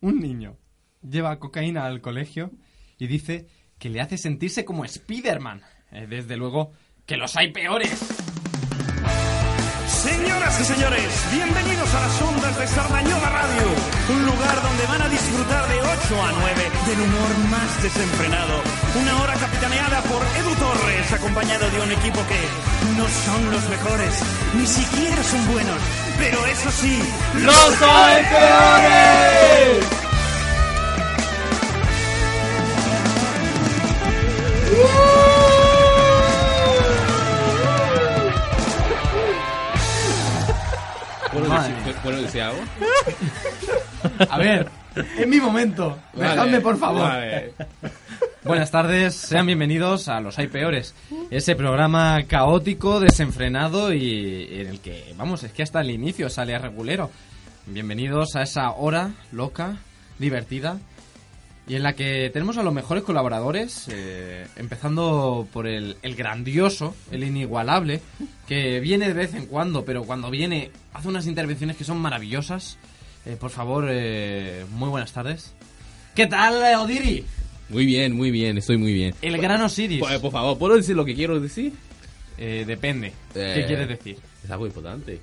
un niño lleva cocaína al colegio y dice que le hace sentirse como Spiderman. Eh, desde luego que los hay peores. Señoras y señores, bienvenidos a las ondas de Sardañola Radio, un lugar donde van a disfrutar de 8 a 9 del humor más desenfrenado. Una hora capitaneada por Edu Torres, acompañado de un equipo que no son los mejores, ni siquiera son buenos, pero eso sí, ¡los hay peores! ¿Puedo, Madre. decir, ¿puedo- puedo decir algo? A ver, es mi momento. Dejadme, Vale, por favor. vale. Buenas tardes, sean bienvenidos a Los Hay Peores, ese programa caótico, desenfrenado y en el que, vamos, es que hasta el inicio sale a regulero. Bienvenidos a esa hora loca, divertida y en la que tenemos a los mejores colaboradores, eh, empezando por el, el grandioso, el inigualable, que viene de vez en cuando, pero cuando viene hace unas intervenciones que son maravillosas. Eh, por favor, eh, muy buenas tardes. ¿Qué tal, eh, Odiri? Muy bien, muy bien, estoy muy bien. El gran Osiris. Por, por favor, ¿puedo decir lo que quiero decir? Eh, depende. ¿Qué Eh, quieres decir? Es algo importante.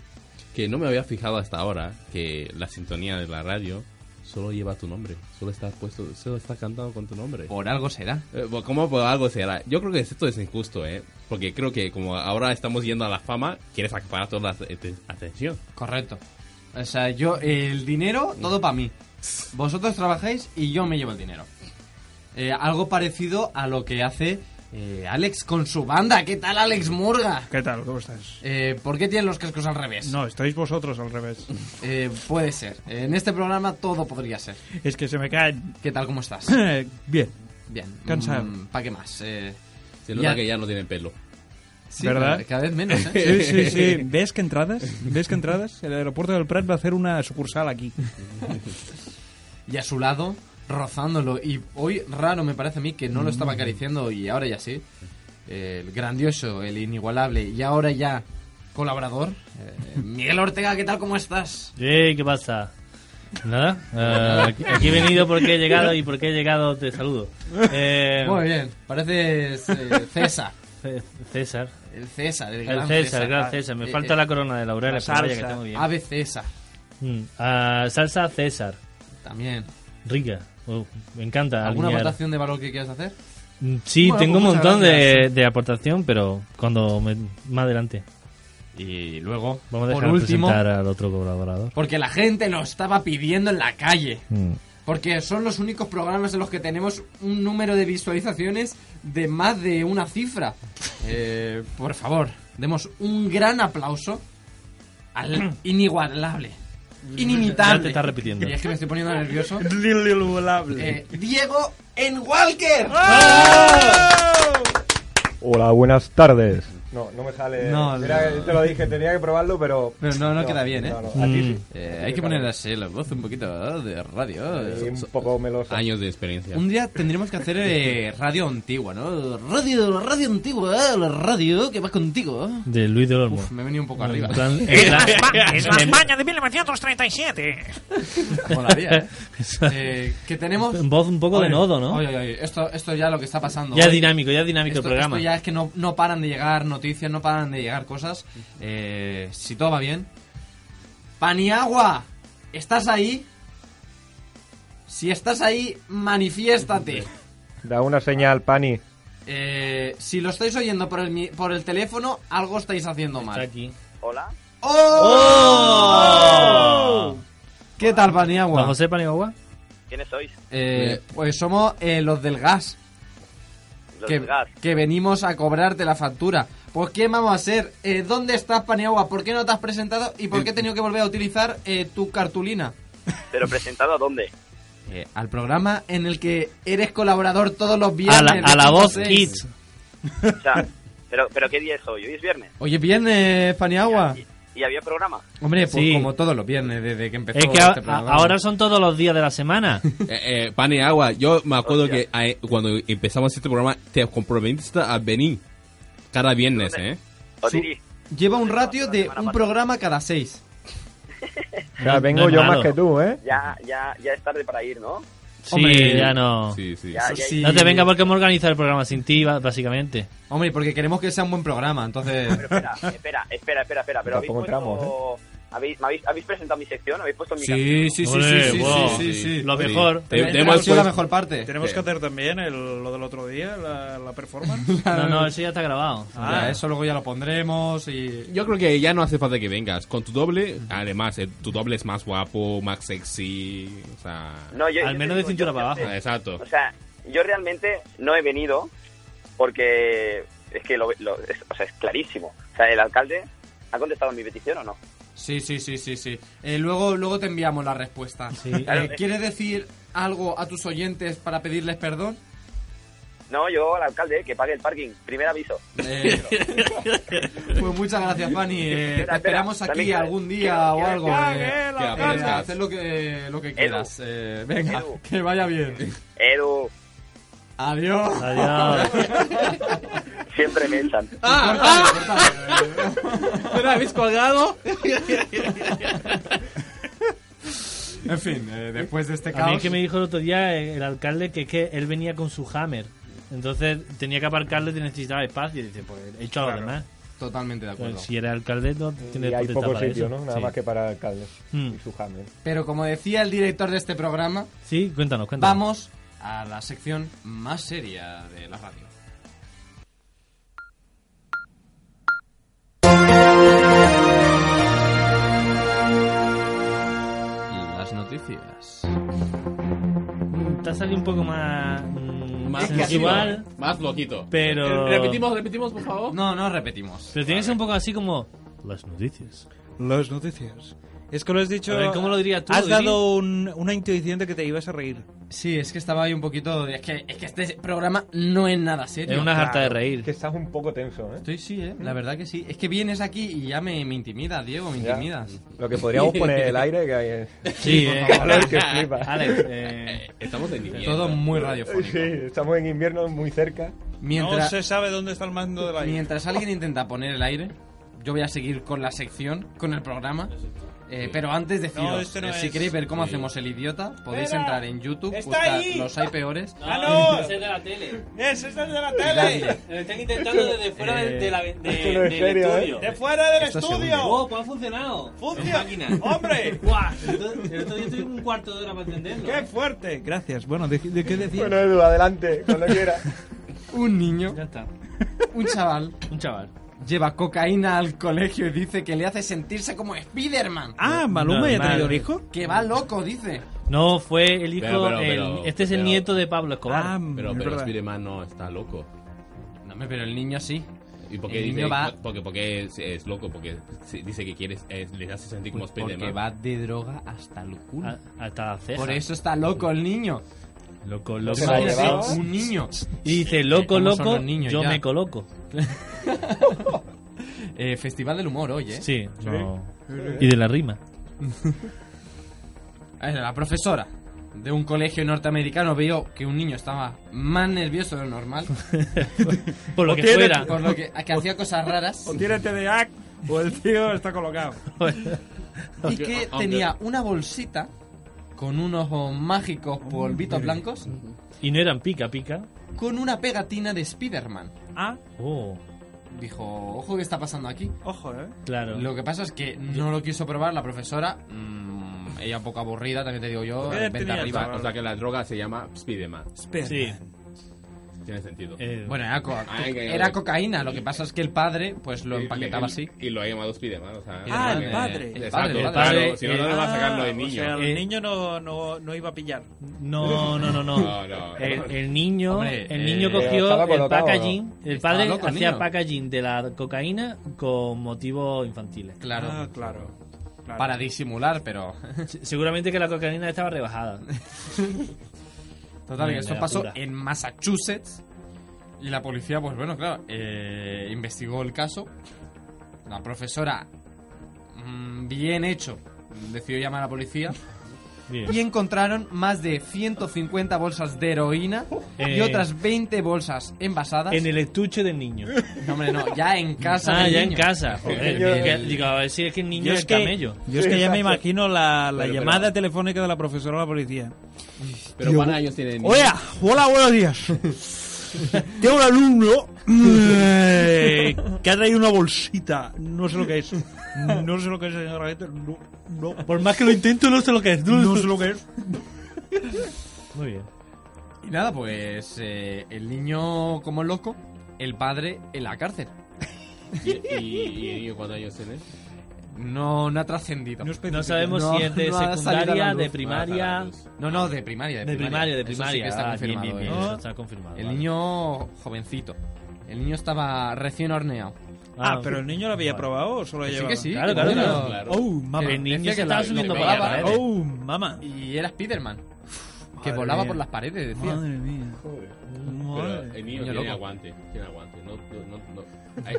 Que no me había fijado hasta ahora que la sintonía de la radio solo lleva tu nombre. Solo está puesto, solo está cantado con tu nombre. Por algo será. Eh, pues, ¿Cómo por algo será? Yo creo que esto es injusto, ¿eh? Porque creo que como ahora estamos yendo a la fama, quieres acaparar toda la ate- atención. Correcto. O sea, yo, el dinero, todo para mí. Vosotros trabajáis y yo me llevo el dinero. Eh, algo parecido a lo que hace eh, Alex con su banda. ¿Qué tal, Alex Murga? ¿Qué tal? ¿Cómo estás? Eh, ¿Por qué tienen los cascos al revés? No, estáis vosotros al revés. Eh, puede ser. En este programa todo podría ser. Es que se me caen. ¿Qué tal, cómo estás? Bien. Bien. Cansado. ¿Para qué más? Eh, Se nota Ya. que ya no tienen pelo. sí, ¿Verdad? Cada vez menos, ¿eh? Sí, sí, sí. ¿Ves que entradas? ¿Ves que entradas? El aeropuerto del Prat va a hacer una sucursal aquí. y a su lado, rozándolo. Y hoy raro me parece a mí que no lo Mm. estaba acariciando y ahora ya sí. Eh, El grandioso, el inigualable y ahora ya colaborador. eh, Miguel Ortega, ¿qué tal? ¿Cómo estás? Ey, ¿Qué pasa? Nada, eh, aquí- aquí he venido porque he llegado y porque he llegado te saludo. Eh, Muy bien, pareces eh, César. C- César, El César, el el gran César, el gran César. Me Eh, falta eh, la corona de laureles, la pero vaya que salsa. tengo bien. Ave César, Mm, ah, salsa César, también. rica, Oh, me encanta. ¿Alguna alinear. votación de valor que quieras hacer? Mm, Sí, Bueno, tengo un pues muchas montón de, gracias. de aportación, pero cuando me- más adelante. Y luego, Vamos a por dejar último, presentar al otro colaborador. porque la gente lo estaba pidiendo en la calle. Mm. Porque son los únicos programas en los que tenemos un número de visualizaciones de más de una cifra. Eh, por favor, demos un gran aplauso al inigualable, inimitable. Ya te estás repitiendo. Y es que me estoy poniendo nervioso. Lilulable. Eh, Diego en Walker. ¡Ah! Hola, buenas tardes. No, no me sale. No, Era- no. Te lo dije, tenía que probarlo, pero. Pero no- no queda bien, ¿eh? no, no, a ti sí. hay que poner así la voz un poquito de radio. Y un poco meloso. Años de experiencia. Un día tendremos que hacer eh, radio antigua, ¿no? Radio, radio antigua, la radio que va contigo. De Luis de Olmo. Uf, me he venido un poco En arriba. plan- en plan- Es la España de 1937. Molaría, ¿eh? Eh, que tenemos en voz un poco de Oye, nodo, ¿no? oye, oye, oye, Esto, esto ya lo que está pasando. Ya es hoy. dinámico, ya es dinámico eh, esto, el programa. esto ya es que no, no paran de llegar noticias, no paran de llegar cosas. Eh, si todo va bien. Paniagua, ¿estás ahí? Si estás ahí, manifiéstate. Da una señal, Pani. Eh, si lo estáis oyendo por el, mi- por el teléfono, algo estáis haciendo Está mal. aquí. ¡Oh! ¿Qué tal, Juan Paniagua? José Paniagua. ¿Quiénes sois? Eh, pues somos eh, los del gas. Los que, del gas. que venimos a cobrarte la factura. Pues ¿qué vamos a hacer? Eh, ¿Dónde estás, Paniagua? ¿Por qué no te has presentado? ¿Y por qué he tenido que volver a utilizar eh, tu cartulina? ¿Pero presentado a dónde? Eh, al programa en el que eres colaborador todos los viernes. A la, a de la cinco voz seis. Kids. O sea, ¿pero, pero qué día es hoy? ¿Hoy es viernes? Oye, viernes, Paniagua. ¿Y, y había programa? Hombre, pues Sí. como todos los viernes desde que empezó Es que a- este programa. a- ahora son todos los días de la semana. Eh, eh, pan y agua. Yo me acuerdo Hostia. que eh, cuando empezamos este programa te comprometiste a venir cada viernes, ¿eh? Odiri, Lleva un ratio la de semana un pasada. programa cada seis. O sea, No- vengo no es yo malo. más que tú, ¿eh? Ya, ya, ya es tarde para ir, ¿no? Sí, Hombre, ya no. Sí, sí. Ya, Eso ya- sí. No te venga porque hemos organizado el programa sin ti, ba- básicamente. Hombre, porque queremos que sea un buen programa, entonces... Espera, espera, espera, espera, espera. Pero habéis Tampoco puesto... entramos, ¿Habéis, me habéis, ¿Habéis presentado mi sección? ¿Habéis puesto mi Sí, sí, sí, sí, sí, Wow. sí, sí, sí. Lo mejor. Te- te Ha hemos sido la pues puesto- mejor parte. Eh, Tenemos que hacer también el- lo del otro día, la, la performance. No, no, eso ya está grabado. Ah, Ya, eso luego ya lo pondremos y... Yo creo que ya no hace falta que vengas. Con tu doble, además, eh, tu doble es más guapo, más sexy. O sea. No, yo- Al yo menos te de cintura yo- para yo abajo. te- Ah, Exacto. O sea, yo realmente no he venido porque es que lo, lo- es, o sea, es clarísimo. O sea, el alcalde ha contestado mi petición o no. Sí, sí, sí, sí, sí. Eh, luego, luego te enviamos la respuesta. Eh, Claro. ¿Quieres decir algo a tus oyentes para pedirles perdón? No, yo al alcalde que pague el parking. Primer aviso. Eh, pues muchas gracias, Fanny. Eh, te Espera, espera. esperamos aquí También quiero- algún día quiero- o quiero algo. decir- eh, Que eh, aparezcas. haz lo que, lo que quieras. Eh, venga, Edu. que vaya bien. Edu, Adiós. Adiós. siempre me echan. Ah. eh. ¿Me habéis colgado? En fin, eh, después de este A mí es caos. que me dijo el otro día eh, el alcalde que es que él venía con su hammer. Entonces tenía que aparcarlo y necesitaba espacio. Y dice, pues he hecho a los demás. Totalmente de acuerdo. Pues, si eres alcalde, no tienes Y hay potestad poco para sitio, eso. ¿no? Nada sí. más que para el alcalde Mm. Hmm. y su hammer. Pero como decía el director de este programa, Sí, cuéntanos, cuéntanos. vamos a la sección más seria de la radio. Las noticias. Te ha salido un poco más. mm, Más sensual, loquito. Más loquito. pero. Eh, Repetimos, repetimos, por favor. No, no repetimos. Pero tienes un poco así como. Las noticias. Las noticias. Es que lo has dicho. A ver, ¿cómo lo dirías tú, Has Iri? dado un- una intuición de que te ibas a reír. Sí, es que estaba ahí un poquito. de- Es que, es que este programa no es nada serio. Es una harta de reír. Que estás un poco tenso, ¿eh? Estoy sí, eh. La verdad que sí. Es que vienes aquí y ya me, me intimidas, Diego, me Ya. intimidas. Lo que podríamos poner en el aire, que hay es... Sí, eh. Valor que flipa. Alex, eh, Estamos en invierno. Todo muy radiofónico. Sí, estamos en invierno muy cerca. Mientras, No se sabe dónde está el mando del aire. Mientras alguien intenta poner el aire, yo voy a seguir con la sección, con el programa. Eh, Pero antes deciros, No, este no eh, si es. queréis ver cómo hacemos el idiota, podéis Espera. entrar en YouTube, Está buscar ahí. los hay peores. ¡Ah, no! Ese es de la tele. ¡Ese es el de la y darle. Lo están intentando desde fuera del- de la- de- Esto no es del serio, ¿eh? estudio. fuera del Esto se estudio. ¡Oh, pues ha funcionado! ¡Funciona! Máquina. ¡Hombre! ¡Guau! El otro- el otro día tuve un cuarto de hora para entenderlo. fuerte! Gracias. Bueno, ¿de, de qué decías? Bueno, Edu, adelante, cuando quieras. Un niño, ya está. un chaval, Un chaval. lleva cocaína al colegio y dice que le hace sentirse como Spiderman. ah, Maluma ya ha Normal. tenido un hijo. Que va loco, dice. No, fue el hijo. Pero, pero, el- pero, este es el pero- nieto de Pablo Escobar. Ah, Pero, es pero verdad. Spiderman no está loco. No, hombre, pero el niño sí. ¿Y por qué El dice, niño va- porque, porque es, es loco? Porque se- dice que quieres, es- le hace sentir como Pues Porque Spiderman. va de droga hasta el culo. Ah, A- hasta la ceja. Por eso está loco el niño. Loco, ¿Te loco. Se la imaginas? llevaba. Un niño. Y dice, loco, ¿Cómo son loco, los niños yo ya? me coloco. Eh, Festival del humor hoy, ¿eh? Sí, no. Y de la rima. A ver, La profesora de un colegio norteamericano vio que un niño estaba más nervioso de lo normal, Por lo que tiene- fuera. por lo que, que hacía cosas raras O tiene TDA o el tío está colocado. y que tenía una bolsita con unos mágicos polvitos blancos Y no eran pica, pica. con una pegatina de Spider-Man. Ah, Oh, Dijo, ojo, ¿qué está pasando aquí? ojo, ¿eh? claro. Lo que pasa es que no lo quiso probar la profesora. Mm, ella un poco aburrida, también te digo yo. ¿Qué edad Vente tenía el arriba. chaval? Va- o sea que la droga se llama Spiderman. Espera. Sí. Tiene sentido. eh, Bueno, era, co- Ay, que- era cocaína. Lo que pasa es que el padre, pues lo Y- empaquetaba y- así. Y lo ha llamado Spiderman. O sea, Ah, el Eh, padre. El Exacto, padre, el claro, padre. padre, si no, no le va a sacar lo de Ah, niño. O sea, el Eh. niño no, no, no iba a pillar. No, no, no, no. No, no, no. El, el niño, Hombre, el niño eh, cogió estaba el colocado, packaging. El Estaba padre loco el hacía niño. packaging de la cocaína con motivos infantiles. Claro. Ah, claro. claro. Para disimular, pero. Se- Seguramente que la cocaína estaba rebajada. Total, que Venga, eso pasó pura. en Massachusetts. Y la policía, pues bueno, claro, eh, investigó el caso. La profesora, mm, bien hecho, decidió llamar a la policía. Bien. y encontraron más de 150 bolsas de heroína y Eh. otras 20 bolsas envasadas. En el estuche del niño. No, hombre, no, ya en casa. Ah, del ya en niño. eh, casa. Joder, niño- es que- digo, a ver si es que el niño Yo es es que, camello. yo es que ya me Exacto. imagino la, la Pero- llamada pero- telefónica de la profesora a la policía. Pero Yo- ¿cuántos años tiene el niño? Hola, hola, buenos días. Tengo un alumno eh, que ha traído una bolsita. No sé lo que es. No sé lo que es, señor Raguete. No, no, Por más que lo intento, no sé lo que es. no sé lo que es. Muy bien. Y nada, pues eh, el niño como loco, el padre en la cárcel. ¿Y, y- y el niño cuántos años tiene? No, no ha trascendido. No No sabemos No, si es de no ha salido a la secundaria, luz. de primaria. No ha salido No, no, de primaria. De primaria, de Eso sí primaria. que está Ah, bien, confirmado, bien, bien, ¿eh? eso está confirmado. El vale. niño jovencito. El niño estaba recién horneado. Ah, pero el niño lo había Vale. probado o solo lo Que sí, llevaba. que sí. Claro, que claro, no, claro, claro. Oh, mamá. Que- El niño Decía se estaba lo- lo subiendo por pegaba, la pared. ¿eh? Oh, mamá. Y era Spiderman. Que Madre volaba mía. por las paredes, decía. Madre mía. eh, Pero Oh, Madre. el niño Niño tiene loco. aguante. Tiene aguante. No, no, no, no. Ay,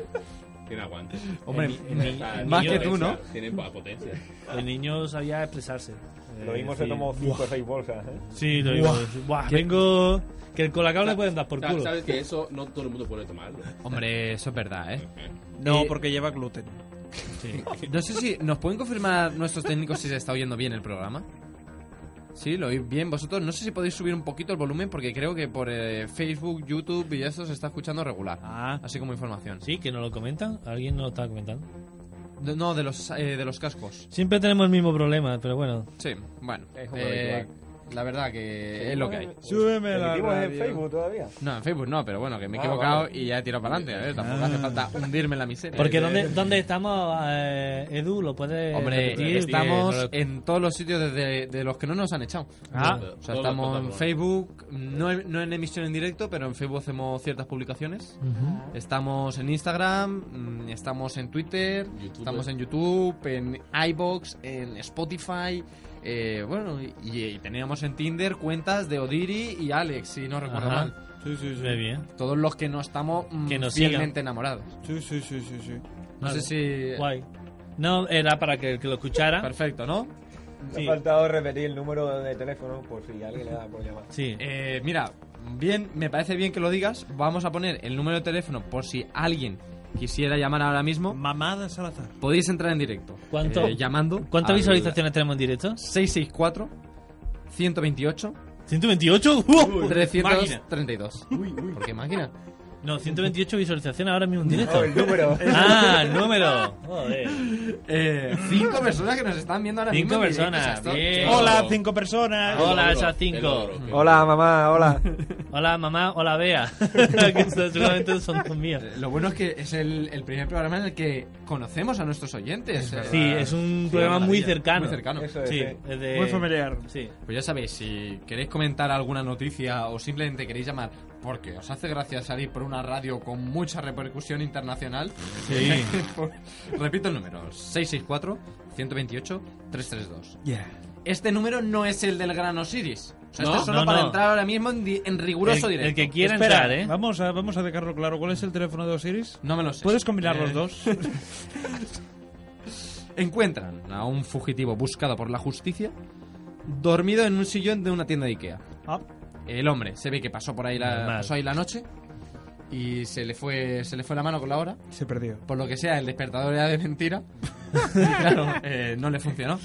tiene aguante. Hombre, El ni- el ni- más el niño que tú, ¿no? esa, Tiene pa- potencia. El niño sabía expresarse. Lo Eh, mismo sí. se tomó 5 o 6 bolsas, ¿eh? Sí, lo digo. Buah, vengo. Que el colacao le pueden dar por Sabes- culo. Sabes que eso no todo el mundo puede tomarlo. Hombre, eso es verdad, ¿eh? No, Eh, porque lleva gluten. No sé si nos pueden confirmar nuestros técnicos si se está oyendo bien el programa. Sí, lo oís bien vosotros. No sé si podéis subir un poquito el volumen porque creo que por eh, Facebook, YouTube y eso se está escuchando regular. Ah. Así como información. Sí, que no lo comentan. Alguien no lo está comentando. De- no, de los, eh, de los cascos. Siempre tenemos el mismo problema, pero bueno. Sí, bueno. Es como eh, habitual. la verdad que es lo que hay. Súbeme la ¿Emitimos en radio. Facebook todavía? No, en Facebook no, pero bueno, que me he Ah, equivocado vale. y ya he tirado para adelante. A ver, tampoco hace falta hundirme en la miseria. Ah. Porque ¿dónde, dónde estamos, eh, Edu? ¿Lo puedes Hombre, eh, repetir? estamos Porque no lo- en todos los sitios desde de los que no nos han echado. Ah. o sea, Todos, estamos todos, en todos. Facebook, no, en- no en emisión en directo, pero en Facebook hacemos ciertas publicaciones. Mm. Estamos en Instagram, mm, estamos en Twitter, YouTube. estamos en YouTube, en iBox, en Spotify. eh, bueno, y, y teníamos en Tinder cuentas de Odiri y Alex, si no recuerdo Ajá. mal. Sí, sí, Muy sí. bien. Todos los que no estamos mm, Que nos fielmente enamorados. No Sí, sí, sí, sí, sí. sé si. Guay. No, era para que, el que lo escuchara. Perfecto, ¿no? Me Sí. ha faltado repetir el número de teléfono por si alguien le da por llamar. Sí. Eh, mira, bien, me parece bien que lo digas. Vamos a poner el número de teléfono por si alguien quisiera llamar ahora mismo. Mamada Salazar. Podéis entrar en directo. ¿Cuánto- Eh, llamando. ¿Cuántas al visualizaciones tenemos en directo? 664 128 ¿128? 332. ¿Por qué máquina? No, 128 visualizaciones ahora mismo en directo. Oh, el número. Ah, el número. Joder. Eh, cinco personas que nos están viendo ahora Cinco mismo. en directo. O personas, sea, esto- bien. Hola, Claro. cinco personas. Hola, Te lo esas te lo cinco. juro que- Hola, mamá, hola. Hola mamá, hola Bea. que son- seguramente son dos mías. Eh, Lo bueno es que es el, el primer programa en el que conocemos a nuestros oyentes. Eh, Sí, es un sí, programa muy maravilla, cercano. Muy cercano. Eso es. Sí, eh. es de... Muy familiar. Sí. Pues ya sabéis, si queréis comentar alguna noticia o simplemente queréis llamar porque os hace gracia salir por una radio con mucha repercusión internacional, pues, Sí. repito el número, 664-128-332. Este número no es el del Gran Osiris. O sea, No, este es solo no, para no. entrar ahora mismo en, di- en riguroso el, directo. el que quiera Espera, entrar, ¿eh? Vamos a, vamos a dejarlo claro. ¿Cuál es el teléfono de Osiris? No me lo sé. ¿Puedes combinar los Eh, dos? Encuentran a un fugitivo buscado por la justicia dormido en un sillón de una tienda de Ikea. Ah, El hombre se ve que pasó por ahí la, Normal. pasó ahí la noche y se le fue se le fue la mano con la hora. se perdió. Por lo que sea, el despertador era de mentira. Y claro, eh, no le funcionó.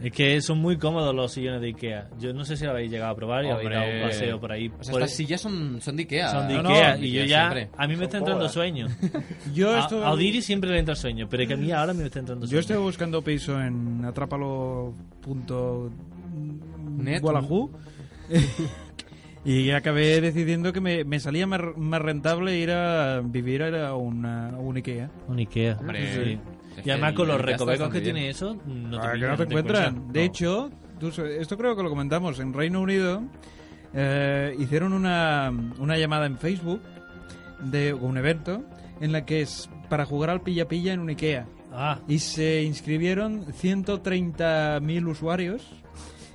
Es que son muy cómodos los sillones de Ikea. Yo no sé si lo habéis llegado a probar y Hombre. habéis dado un paseo por ahí. O sea, por- eh, pues estas sillas son, son de Ikea. son de No, no, Ikea de y yo Ikea ya... siempre. A mí me está Son entrando cómodas. sueño. Yo A, estuve, a Odiri siempre le entra sueño, pero es que a mí ahora me está entrando sueño. yo estuve buscando piso en Net. atrápalo.gualaju y acabé decidiendo que me, me salía más, más rentable ir a vivir a, una, a un Ikea. Un Ikea. Hombre, Sí. es Y que además el- con los el gasto recovecos bastante que bien. tiene eso, no te, Ah, que pillan, no te encuentran. cuelgan. De No. hecho, tú sa- esto creo que lo comentamos, en Reino Unido eh, hicieron una, una llamada en Facebook de un evento en la que es para jugar al pilla-pilla en un Ikea. Ah, Y se inscribieron 130.000 usuarios.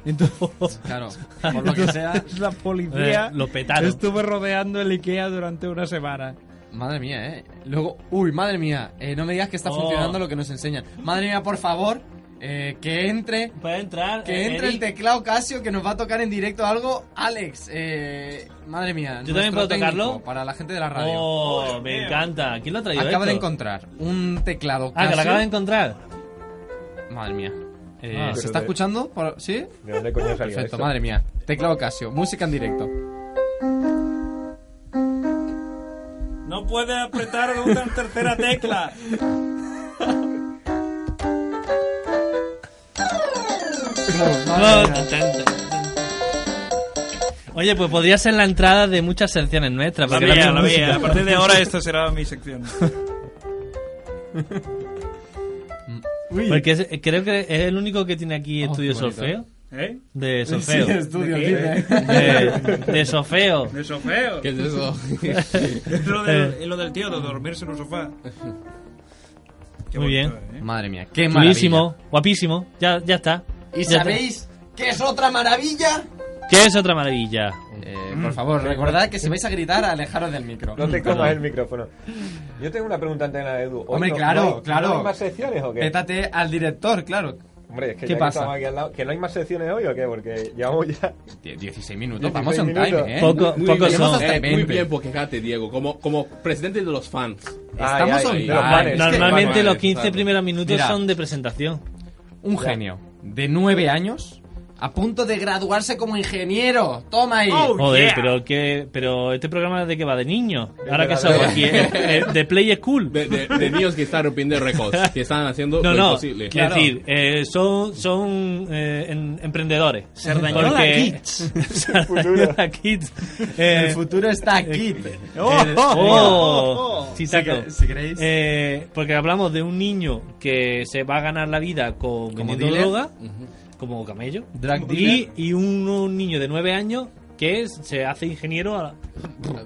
Entonces, Claro, por lo que sea. la policía Eh, lo petaron. estuvo rodeando el Ikea durante una semana. Madre mía, eh. Luego, uy, madre mía. eh, no me digas que está Oh. funcionando lo que nos enseñan. Madre mía, por favor. Eh, que entre Puede entrar. que eh, entre el Eric. teclado Casio que nos va a tocar en directo algo Alex eh, madre mía nuestro ¿Yo también puedo técnico tocarlo? para la gente de la radio Oh, me encanta. ¿Quién lo ha traído? acaba de esto? encontrar un teclado Ah, Casio que lo acaba de encontrar. madre mía Eh, Ah. se está escuchando por- sí ¿De dónde coño salió perfecto esto? madre mía teclado Casio música en directo No puede apretar una tercera tecla. Ah, Oh, tan, tan, tan. Oye, pues podría ser la entrada de muchas secciones nuestras. La porque mía, también la música. mía. A partir de ahora esta será mi sección. Porque es- creo que es el único que tiene aquí Oh, estudio qué bonito. solfeo. ¿Eh? De Sí, solfeo. estudio, dice. De, de solfeo. De sofeo. ¿Qué es eso? Es lo del, es lo del tío, de dormirse en un sofá. Qué Muy bien. bonito, ¿eh? madre mía qué maravilla Chulísimo, guapísimo. Ya, ya está. y Ya está. sabéis qué es otra maravilla ¿Qué es otra maravilla? Eh, por favor recordad que si vais a gritar alejaros del micro Mm. No te comas el micrófono. Yo tengo una pregunta antes de la de Edu. Hoy Hombre, no- claro, no hay- claro. ¿No hay más secciones o qué? pétate al director claro Hombre, es que ¿Qué ya que pasa? estamos aquí al lado, ¿que no hay más secciones hoy o qué? Porque llevamos ya... 16 minutos vamos en 16 time minutos. ¿eh? Poco- Muy pocos bien, son. eh, Hasta muy 20. bien, porque fíjate, Diego, como, como presidente de los fans. Estamos Ay, ay, on ay, de time. los manes. Es que- Normalmente vale, los vale, 15 claro. primeros minutos Mira. son de presentación. Un genio de 9 años a punto de graduarse como ingeniero. Toma ahí. Oh, Joder, yeah. pero qué, pero este programa de qué va de niño. Ahora de que la- salgo aquí, eh, eh, de Play School. De, de- de niños que están rompiendo récords, que están haciendo No, lo no, imposible. quiero decir, eh, son, son eh, en- emprendedores. Cerdañola Porque- Kids. Cerdañola Kids. Eh, El futuro está aquí. el- oh, sí, Si, taco. que- si queréis. Eh, porque hablamos de un niño que se va a ganar la vida con vendiendo dealer. droga, como camello, Drug y, dealer. y un, un niño de 9 años que es- se hace ingeniero. a la-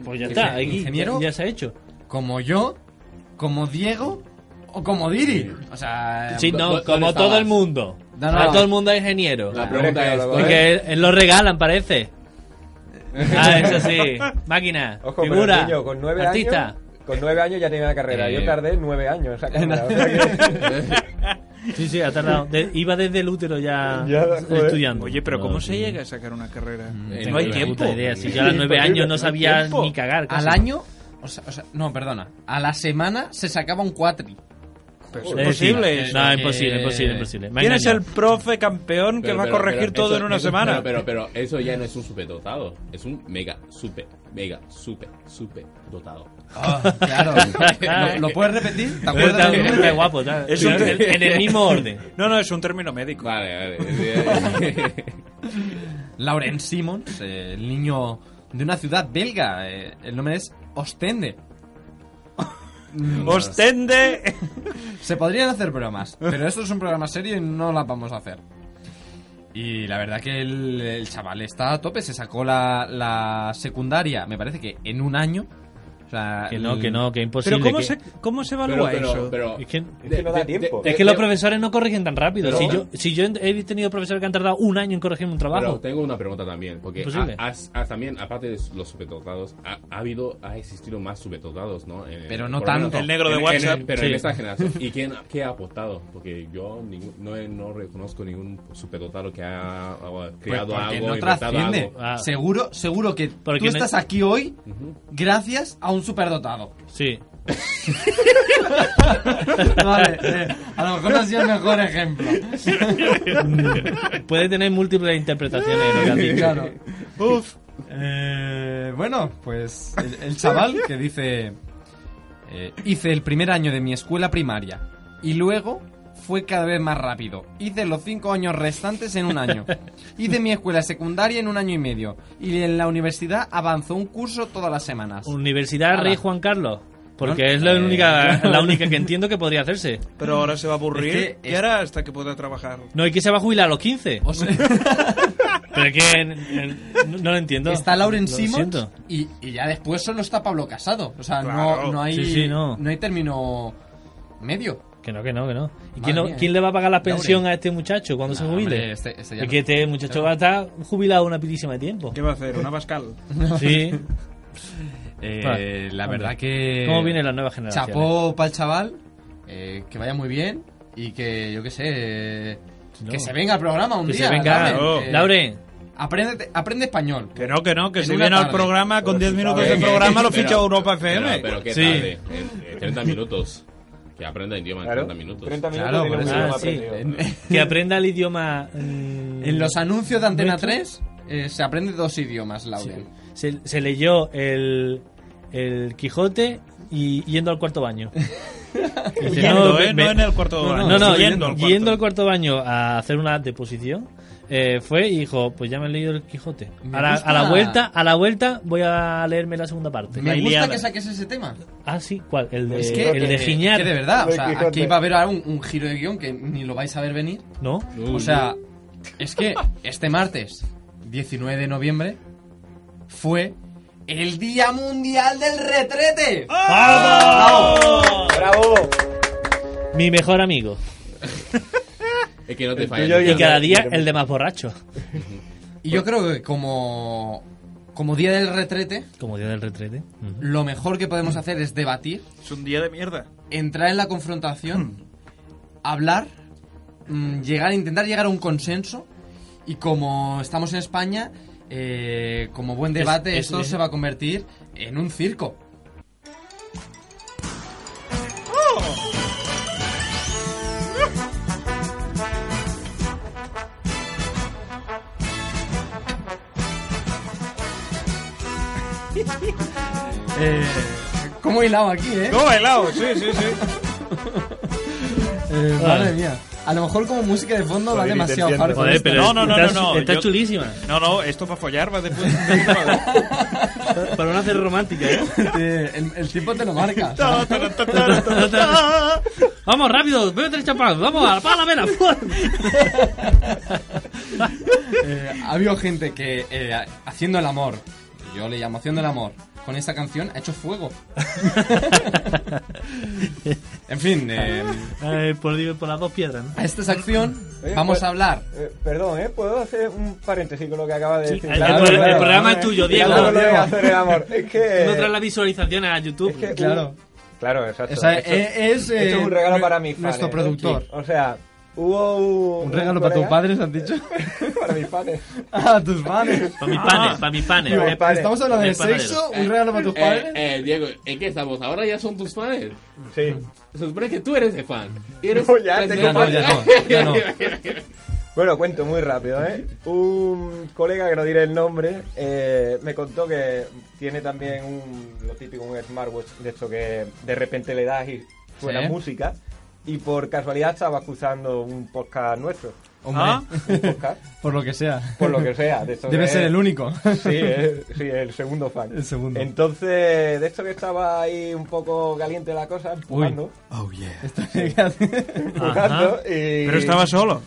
pues ya está, aquí, ¿Ingeniero? Ya, ya se ha hecho. Como yo, como Diego o como Diri. O sea, Sí, ¿dó- no, dónde como todo estabas? el mundo. No, no. A todo el mundo es ingeniero. La pregunta es: Porque eh, lo regalan, parece. Ah, eso sí. Máquina, Ojo, pero figura, niño, con nueve artista. años... Con nueve años ya tenía la carrera. Eh. Yo tardé nueve años en sacarla. o sea que- Sí, sí, ha tardado. De- iba desde el útero ya, Ya, joder. estudiando. Oye, pero ¿cómo No, se sí. llega a sacar una carrera? Eh, No hay ni tiempo. Puta idea, si yo a los nueve Imposible, años no no hay sabía tiempo. ni cagar. casi. al año. O sea, o sea, no, perdona. A la semana se sacaba un cuatri. Pero es Es imposible. decir, eso. No, Eh, imposible, imposible, imposible. Me ¿Quién es el engaño. profe campeón que Pero- va a pero- corregir pero todo eso- en una eso- semana? Pero, pero, pero eso ya no es un superdotado. Es un mega, super, mega, super, super dotado. claro. ¿Lo, lo puedes repetir? ¿Te Pero acuerdas? está, del nombre? está guapo, está- Es un- en, en el mismo orden. No, no, es un término médico. Vale, vale. Lauren Simmons, eh, el niño de una ciudad belga. eh, el nombre es Ostende. Ostende. Se podrían hacer bromas, pero esto es un programa serio y no las vamos a hacer. Y la verdad que el, el chaval está a tope, se sacó la, la secundaria, me parece que en un año. O sea, Que no, el- que no, que imposible. Pero ¿cómo que- se, cómo se Pero, evalúa pero, eso? pero. Es que, Es que no da tiempo. Eh, es que los profesores no corrigen tan rápido. Pero- Si yo, si yo he tenido profesores que han tardado un año en corregir un Pero trabajo. tengo una pregunta también, porque Imposible. ha- has- has también, aparte de los superdotados, ha, ha habido, ha existido más superdotados, ¿no? En- Pero no por lo menos- tanto. El negro de en- en- WhatsApp. pero Sí. en esta generación. ¿Y quién, qué ha aportado? Porque yo ningún- no, no reconozco ningún superdotado que ha, ha pues, creado porque algo, no inventado trasciende. algo. Ah. Seguro, seguro que Porque tú no- estás aquí hoy gracias a un superdotado. Sí. Vale, eh, a lo mejor no ha sido el mejor ejemplo. Puede tener múltiples interpretaciones. de lo que has dicho. Claro. Uf. Eh, bueno, pues el, el chaval que dice... eh, hice el primer año de mi escuela primaria y luego fue cada vez más rápido. Hice los cinco años restantes en un año. Hice mi escuela secundaria en un año y medio. Y en la universidad avanzó un curso todas las semanas. Universidad Ala. Rey Juan Carlos. Porque No, es la eh, única, la única que entiendo que podría hacerse. Pero ahora se va a Es aburrir. que- ¿Qué hará hasta que pueda trabajar? No, y que se va a jubilar a los 15. O sea, Pero es que en- en- no, no lo entiendo. está Lauren Lo Simmons siento. y, y ya después solo está Pablo Casado. O sea, no, Claro. no hay, Sí, sí, no. no hay término medio. Que no, que no, que no. ¿Y Madre quién, lo- mía, quién eh. le va a pagar la Lauren. pensión a este muchacho cuando se Nah, jubile? hombre, este- este ya Porque no. este muchacho va a estar jubilado una pilísima de tiempo. ¿Qué va a hacer? ¿Una Pascal? Sí. Eh, Vale, la hombre. verdad que. ¿Cómo vienen las nuevas generaciones? Chapó para el chaval. eh, que vaya muy bien. y que, yo qué sé, No. que se venga al programa un Que día. se venga. Lauren, Oh. eh, Laure, aprende, aprende español. Que no, que no, que En si una viene al tarde. programa con 10 minutos de Pero- programa lo ficha pero- Europa Pero, FM. pero qué eh, Sí. tarde. en- en 30 minutos. Que aprenda idioma Claro. en 30 minutos. 30 minutos Claro, tiene por un eso. Eh, idioma Ah, sí. aprendido. En, que aprenda el idioma. mm, en los anuncios de Antena ¿Nuestro? 3 eh, se aprende dos idiomas, Lauren. se, se leyó el, el Quijote y yendo al cuarto baño. Dice, Yendo, ve- ¿eh? ve- No en el cuarto No, baño, No, yendo no, yendo, al cuarto. yendo al cuarto baño a hacer una deposición, eh, fue y dijo, pues ya me he leído el Quijote. Me A la, gusta. a la vuelta, a la vuelta voy a leerme la segunda parte. Me La gusta Ilíada. que saques ese tema. Ah, sí, ¿cuál? El de, Es que, el de eh, Giñar. que de verdad, o Del sea, Quijote. aquí va a haber ahora un, un giro de guión que ni lo vais a ver venir. ¿No? O sea, es que este martes, 19 de noviembre, fue el Día Mundial del Retrete. ¡Bravo! Mi mejor amigo. Es que no te El falla. tuyo y nunca. Y cada día Mira, el de más borracho. Y yo creo que como, como Día del Retrete, Como día del retrete. Ujú. lo mejor que podemos hacer es debatir, Es un día de mierda. Hmm. entrar en la confrontación, hablar, mm, llegar, intentar llegar a un consenso. Y como estamos en España, eh, como buen debate, es- esto es- se va a convertir en un circo. Eh, ¿Cómo he hilado aquí, eh? No, bailado, sí, sí, sí. Eh, madre mía. A lo mejor como música de fondo va Ah. Joder, y te demasiado entiendo. hardcore. Joder, esto, pero ¿no? No, no, no, está, no, no, está yo- chulísima. No, no, esto para follar va después. de- Para una hacer romántica, ¿eh? Te- el, el tiempo te lo marca. ¿sabes? Vamos, rápido, bebe tres chapas, vamos, a la palavera. Eh, ha habido gente que eh, haciendo el amor, yo le llamo haciendo el amor, con esta canción ha hecho fuego. en fin, eh, Eh, por, Dios, por las dos piedras, ¿no? a esta sección Oye, vamos pues- a hablar. Eh, perdón, ¿eh? ¿Puedo hacer un paréntesis con lo que acaba de Sí, decir? el- el pro- el claro, programa eh. es tuyo, Ya Diego. no lo de Diego. hacer el amor. Es que... No traes las visualizaciones a YouTube. es que- uh, Claro. Claro, exacto. O sea, Esto- eh, es, esto eh, es un regalo nue- para mis nuestro fans, productor. O sea, hubo un... Un regalo para tus colega- padres, han dicho. para mis padres. a tus padres. Para mis Ah. panes, para mis panes. Digo, Eh, padres. Estamos hablando de El panadero. sexo, un regalo para tus Eh, padres. eh, Diego, ¿en qué estamos? Ahora ya son tus fans. Sí. Se supone que tú eres el fan. Y eres No, ya, el tengo fan. Ya no, ya no, ya no. Bueno, cuento muy rápido, ¿eh? Un colega que no diré el nombre eh, me contó que tiene también un, lo típico, un smartwatch de esto que de repente le das y suena Sí. música. Y por casualidad estaba escuchando un podcast nuestro. Hombre, Ah. Un podcast, por lo que sea. por lo que sea. De esto Debe que- ser el único. Sí, eh, sí, el segundo fan. El segundo. Entonces, de esto que estaba ahí un poco caliente la cosa, empujando, Esto me queda- empujando y... Pero estaba solo.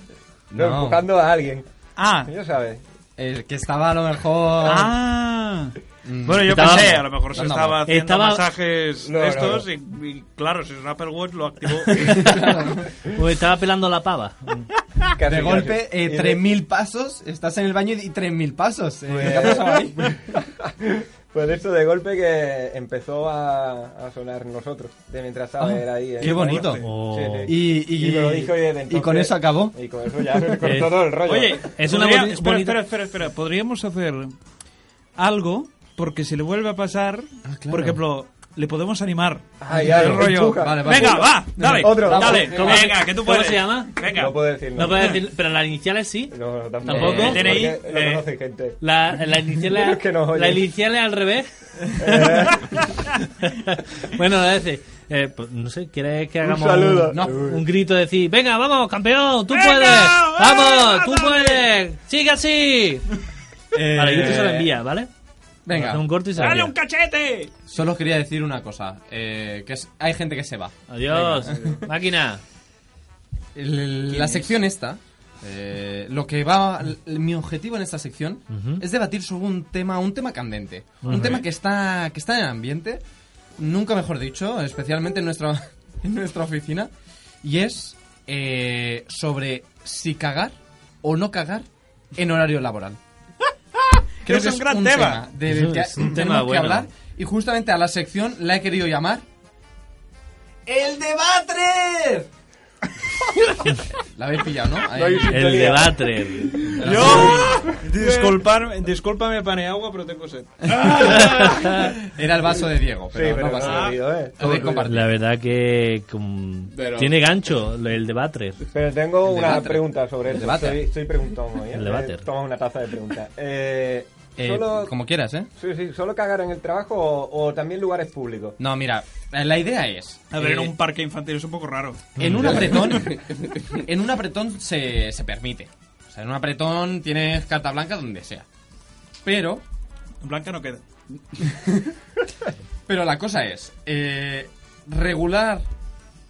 no, No. empujando a alguien. Ah, Ya sabes. El que estaba a lo mejor. ah. Mm. Bueno, yo Estaba- pensé, a lo mejor se Anda, estaba amor. haciendo Estaba- masajes No, no, de estos Y, y claro, si es un Apple Watch lo activó. O Pues estaba pelando la pava. Casi, De casi. golpe, Y eh, de- 3.000 pasos, estás en el baño y 3.000 pasos. eh, ¿qué ha pasado ahí? Pues esto de golpe que empezó a, a sonar nosotros, de mientras estaba él ahí. ¿eh? Ah, Qué bonito. O- Sí, sí. Y, y- Y me lo dijo y desde y entonces- con eso acabó. Y con eso ya se cortó todo el rollo. Oye, Es es una una boni- espera, bonita- espera, espera, espera. Podríamos hacer algo porque si le vuelve a pasar, Ah, por ejemplo, le podemos animar. Ay, ay, El rollo. empuja. Vale, vale. Venga, va, dale, Otro. dale, ¿Cómo- venga, que tú Ah, cómo puedes. se llama? Venga. No puedo decir No nada. puedo decir, pero las iniciales sí. No, no, tampoco. Tampoco. porque DNI, lo eh. conoce gente. La, la iniciales, Es que no, oye. Eh. la iniciales al revés. bueno, a veces. eh, pues, no sé, ¿quieres que hagamos saludo. no, un grito? Decir, venga, vamos, campeón, tú puedes, venga, vamos, tú dale". puedes, sigue así. Vale, yo te se lo envía, ¿vale? Venga, Hace un corto y se lo Dale envía. un cachete. solo quería decir una cosa: eh, que es- hay gente que se va. Adiós, máquina. El- el- la sección esta, eh, lo que va, l- mi objetivo en esta sección es debatir sobre un tema, un tema candente, un tema que está, que está en el ambiente, nunca mejor dicho, especialmente en nuestra, en nuestra oficina, y es eh, sobre si cagar o no cagar en horario laboral. Es un gran tema. del Eso que es tenemos un tema que bueno. hablar, y justamente a la sección la he querido llamar el debatre. La habéis pillado, ¿no? Ahí. No hay- El de Batre. Yo, disculparme, discúlpame, Paneagua, pero tengo sed. Era el vaso de Diego, Sí, pero no pero no, pasa ha nada. habido, ¿eh? Podéis compartir. La verdad que mm, Pero- tiene gancho el de Batre. Pero tengo El una debate. pregunta sobre El esto. debate. Soy, soy preguntón hoy. ¿eh? El debate. Eh, Toma una taza de preguntas. Eh, Eh, solo, Como quieras, ¿eh? sí, sí, ¿Solo cagar en el trabajo o, o también lugares públicos? No, mira, eh, la idea es... A eh, ver, en un parque infantil es un poco raro. en un apretón, en un apretón se, se permite. O sea, en un apretón tienes carta blanca donde sea. Pero, En Blanca no queda. pero la cosa es eh, regular,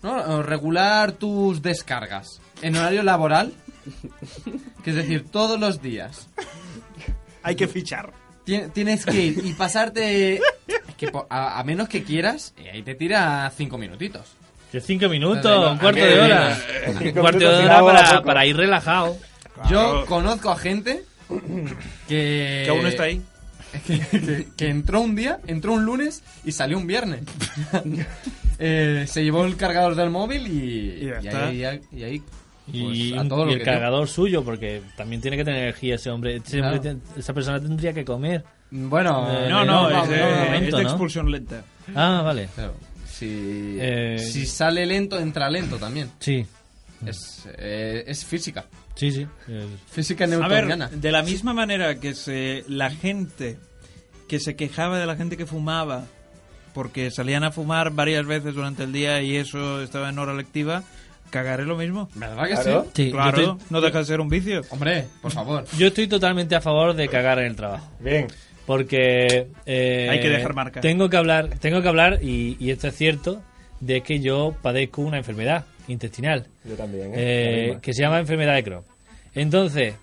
¿no? O regular tus descargas en horario laboral, que es decir, todos los días. Hay que fichar. Tien- Tienes que ir y pasarte. es que po- a, a menos que quieras, eh, ahí te tira cinco minutitos. Que cinco No, no, minutos, un a cuarto mí- de hora. Un Cinco cuarto Eh, de minutos y hora nada, para, tampoco. para ir relajado. Yo conozco a gente que. Que aún está ahí. Que, que- que entró un día, entró un lunes y salió un viernes. Eh, se llevó el cargador del móvil y, Y ya y está. ahí, y ahí- y ahí, Y, pues, a un- todo y lo el que cargador suyo, porque también tiene que tener energía ese hombre. Ese hombre Claro. te- esa persona tendría que comer. dio. Bueno, Eh, No, eh, no, no, es, no, de- no, es momento, de ¿no? expulsión lenta. Ah, vale. claro, si, Eh, si sale lento, entra lento también. Sí, Es, eh, es física. sí, sí. eh, El- Física A ver, newtoniana. de la misma manera que se, la gente que se quejaba de la gente que fumaba porque salían a fumar varias veces durante el día y eso estaba en hora lectiva, cagaré lo mismo. ¿Verdad que Claro. sí? Sí, claro, yo, estoy, no deja de ser un vicio. Hombre, por favor. yo estoy totalmente a favor de cagar en el trabajo. Bien. Porque eh, Hay que dejar marca. Tengo que hablar, tengo que hablar y, y esto es cierto de que yo padezco una enfermedad intestinal Yo también, ¿eh? eh, La misma. que se llama enfermedad de Crohn. Entonces,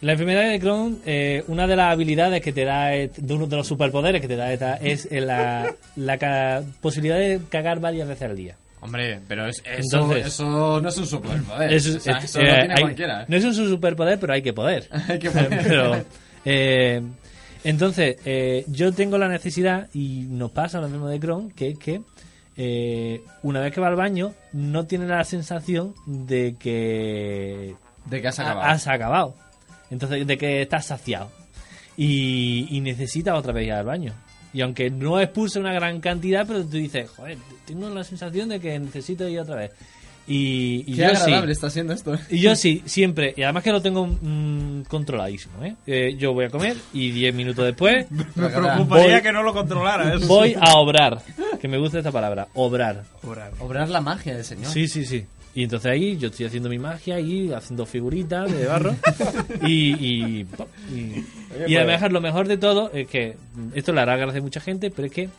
la enfermedad de Crohn, eh, una de las habilidades que te da, eh, de uno de los superpoderes que te da esta es eh, la, la ca- posibilidad de cagar varias veces al día. Hombre, pero es, eso, Entonces- eso no es un superpoder. Eso- o sea, eh, eso eh, lo tiene hay- cualquiera. no es un superpoder, pero hay que poder. Hay que poner- Pero, eh, entonces, eh, yo tengo la necesidad, y nos pasa lo mismo de Chrome, que es que eh, una vez que va al baño, no tiene la sensación de que De que has acabado. ha- has acabado. Entonces, de que estás saciado. Y, y necesitas otra vez ir al baño. Y aunque no expulse una gran cantidad, pero tú dices, joder, tengo la sensación de que necesito ir otra vez. Y, y Qué yo sí. agradable está siendo esto. Y yo sí, siempre. Y además que lo tengo mm, controladísimo, ¿eh? Eh, Yo voy a comer y 10 minutos después Me Cagar. preocuparía Voy- que no lo controlara. ¿eh? eso. voy a obrar. Que me gusta esta palabra, obrar. Obrar. Obrar la magia del señor. Sí, sí, sí. Y entonces ahí yo estoy haciendo mi magia y haciendo figuritas de barro. y, y, pop, y, y pues. además lo mejor de todo es que, mm, esto le hará gracia a mucha gente, pero es que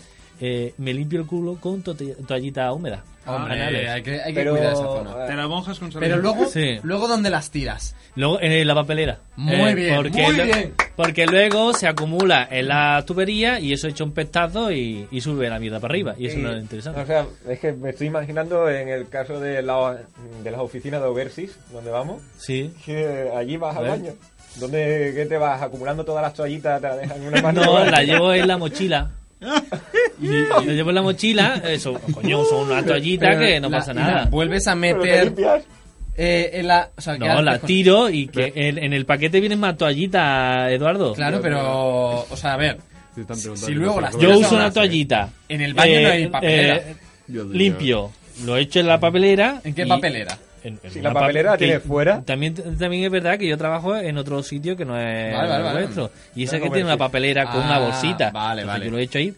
eh, me limpio el culo con tote- toallita húmeda. Oh, Ah, Hombre, Anales. hay que, hay que Pero, eh, cuidar esa zona. Te la monjas con Pero saliva. luego, Sí. luego ¿dónde las tiras? Luego en la papelera. Eh, Muy bien, muy lo- bien. Porque luego se acumula en la tubería y eso echa un pestazo y, y sube la mierda para arriba. Y eso Sí. no es interesante. O sea, es que me estoy imaginando en el caso de, la- de las oficinas de Overseas, donde vamos, Sí. que allí vas al ¿Eh? baño. ¿Dónde qué te vas? ¿Acumulando todas las toallitas? ¿Te las dejan en una mano? No, la llevo en la mochila. Y- y La llevo en la mochila. Eso, coño, son una toallita Pero que no la- pasa y la nada. Vuelves a ¿Pero te meter limpias? eh, en la... O sea, ¿qué No, haces la con- tiro y que en, en el paquete vienen más toallitas, Eduardo. Claro, pero... O sea, a ver, Te están preguntando si luego cosas las- como- Yo uso no, una no, toallita. en el baño Eh, no hay papelera. eh, Dios mío. limpio. Lo echo en la papelera. ¿En qué y- papelera? En- en Si la una pa- papelera la que- tienes fuera. También, también es verdad que yo trabajo en otro sitio que no es Vale, vale, vale. vuestro. Y ese No, que no, tiene sí. una papelera con Ah, una bolsita. vale, Entonces vale. Yo lo he hecho ahí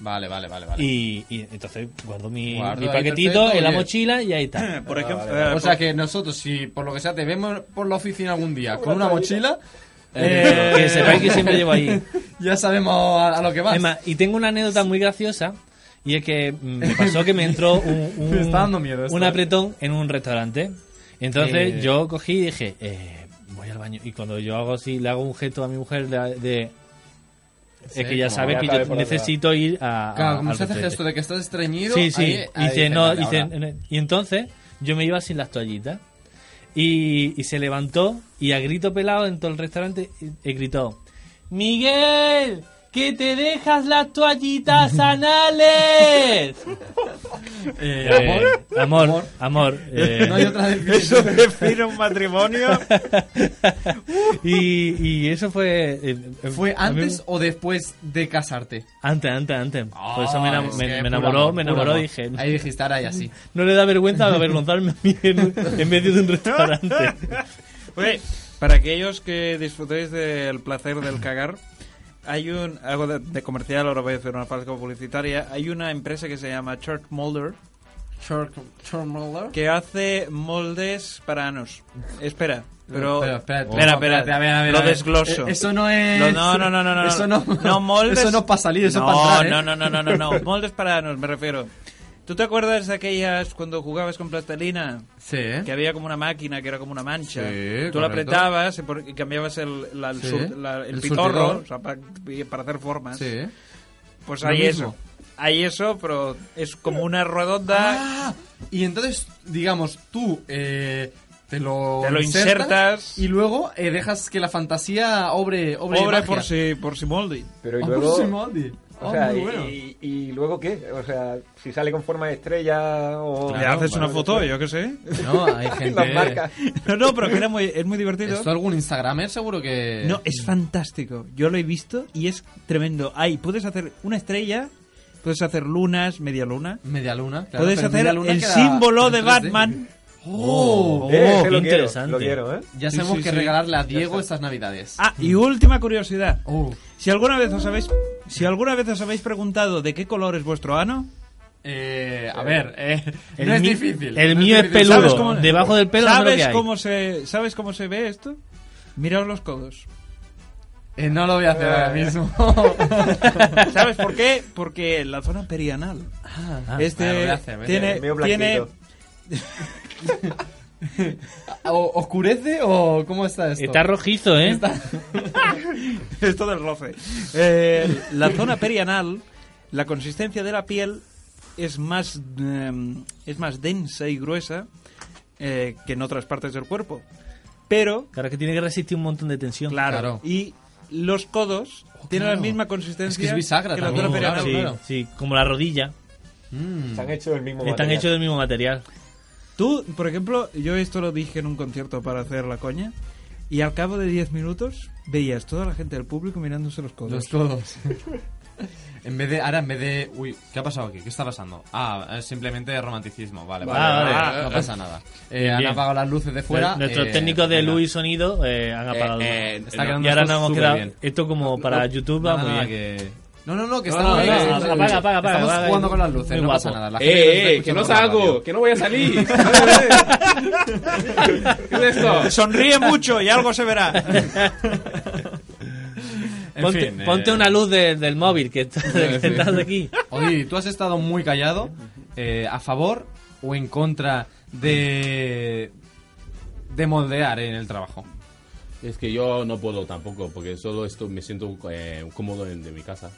Vale, vale, vale, vale. y, y entonces guardo mi, Guardo mi ahí, paquetito perfecto, en la oye. mochila y ahí está. Por ejemplo, eh, O por- sea que nosotros, si por lo que sea te vemos por la oficina algún día con una Una mochila, Eh, que sepáis que siempre llevo ahí. ya sabemos a, a lo que vas. Es más, y tengo una anécdota muy graciosa. Y es que mm, me pasó que me entró un, un- Me está dando miedo esto, un eh. apretón en un restaurante. Entonces Eh. yo cogí y dije, eh, voy al baño. Y cuando yo hago así, le hago un gesto a mi mujer de... de- Sí, es que ya como sabes ya que sabe yo por dónde va. necesito ir a... Claro, a- como al se hace restaurante. gesto de que estás estreñido, Sí, sí. ahí- ahí dice, dices, no, "Vale, dice, ahora". "No". Y entonces yo me iba sin las toallitas. Y, y se levantó y a grito pelado en todo el restaurante eh, eh, gritó: ¡Miguel! ¡Que te dejas las toallitas anales! Eh, amor, amor. eh, No hay otra definición. Eso define un matrimonio. y, y eso fue. eh, eh, ¿Fue a mí- antes o después de casarte? Antes, antes, antes. Por eso me, Ah, enam- es me- que me puro enamoró, amor, me puro enamoró, amor. dije. Ahí dijiste, ahora ya sí. No le da vergüenza avergonzarme a mí en, en medio de un restaurante. Oye, para aquellos que disfrutéis del placer del cagar, hay un algo de, de comercial, ahora voy a hacer una pausa publicitaria. Hay una empresa que se llama Church Molder que hace moldes para anos. Espera, pero Pero, espera, espera, espera, espérate, a ver, a ver, lo a ver. desgloso. Eh, Eso no es. Lo- no, no, no, no, no. Eso no. No moldes. Eso no es para salir, eso no, es para entrar. ¿eh? No, no, no, no, no, no. Moldes para anos, me refiero. ¿Tú te acuerdas de aquellas cuando jugabas con plastilina? Sí, ¿eh? Que había como una máquina que era como una mancha. Sí, Tú la correcto. apretabas y por- y cambiabas el, la- el, Sí, sur- la- el el pitorro surtidor. o sea, para, para hacer formas. Sí. ¿eh? Pues Lo hay mismo. eso. Hay eso, pero es como una redonda. Ah, y entonces, digamos, tú eh, te lo, Te lo insertas. y luego eh, dejas que la fantasía obre obre, Pobre magia. por si, por si molde. Pero y Ah, luego. por si molde. O Ah, sea, muy y, bueno. y- y luego qué? O sea, si sale con forma de estrella o... Eh, Le haces una foto, yo qué sé. No, hay Las gente. marcas. No, no, pero que era muy, es muy divertido. ¿Esto algún Instagramer seguro que.? No, es fantástico. Yo lo he visto y es tremendo. Ahí puedes hacer una estrella, puedes hacer lunas, media luna. Media luna. claro, puedes pero hacer media luna el queda símbolo en de 3D. Batman. Oh. Eh, ese qué lo interesante. Quiero, lo quiero, ¿eh? Ya Sí, sabemos sí, que sí. regalarle a Diego estas navidades. Ah, y última curiosidad. Oh. Si alguna vez os habéis si alguna vez os habéis preguntado de qué color es vuestro ano, Eh, a ver, eh, El no es mí- difícil. el No mío es difícil. peludo. ¿Sabes cómo- Debajo del pelo no lo que ¿sabes hay. cómo se sabes cómo se ve esto? Miraos los codos. Eh, no lo voy a hacer ahora mismo. ¿Sabes por qué? Porque la zona perianal Ah, este vale, lo voy a hacer, me tiene El mío tiene blanquito. ¿O- ¿Oscurece o cómo está esto? Está rojizo, ¿eh? Esto del roce. Eh, la zona perianal, la consistencia de la piel es más, em, es más densa y gruesa eh, que en otras partes del cuerpo. Pero, Claro, que tiene que resistir un montón de tensión. claro, Claro. Oh, y los codos tienen la claro. misma Es consistencia que es bisagra que también, la zona claro, perianal. sí, claro. sí, como la rodilla. Mm. Están hechos del mismo Están material. hechos del mismo material. Tú, por ejemplo, yo esto lo dije en un concierto para hacer la coña, y al cabo de 10 minutos veías toda la gente del público mirándose los codos. Los codos. en vez de, ahora en vez de, uy, ¿qué ha pasado aquí? ¿Qué está pasando? Ah, eh, simplemente romanticismo, vale, vale, Vale, vale, vale. no pasa nada. Eh, han bien. apagado las luces de fuera. Nuestros eh, técnicos de venga. Luis Sonido eh, han apagado. eh, está y quedando ahora esto nos hemos súper quedado. bien. Esto como para YouTube va Nada, muy nada, bien. que- No, no, no, que No, estamos, no, no, eh, no, eh, apaga, apaga, apaga, estamos apaga, jugando eh, con las luces, muy no guapo. pasa nada. La gente nos está ¡Eh, eh! ¡Que no escuchando por radio. salgo! ¡Que no voy a salir! ¿Qué es esto? Sonríe mucho y algo se verá. En Ponte, fin, eh, ponte una luz de- del móvil que, está- que sí. estás aquí. Oye, tú has estado muy callado. eh, ¿A favor o en contra de de moldear eh, en el trabajo? Es que yo no puedo tampoco, porque solo esto me siento eh, cómodo en, de mi casa.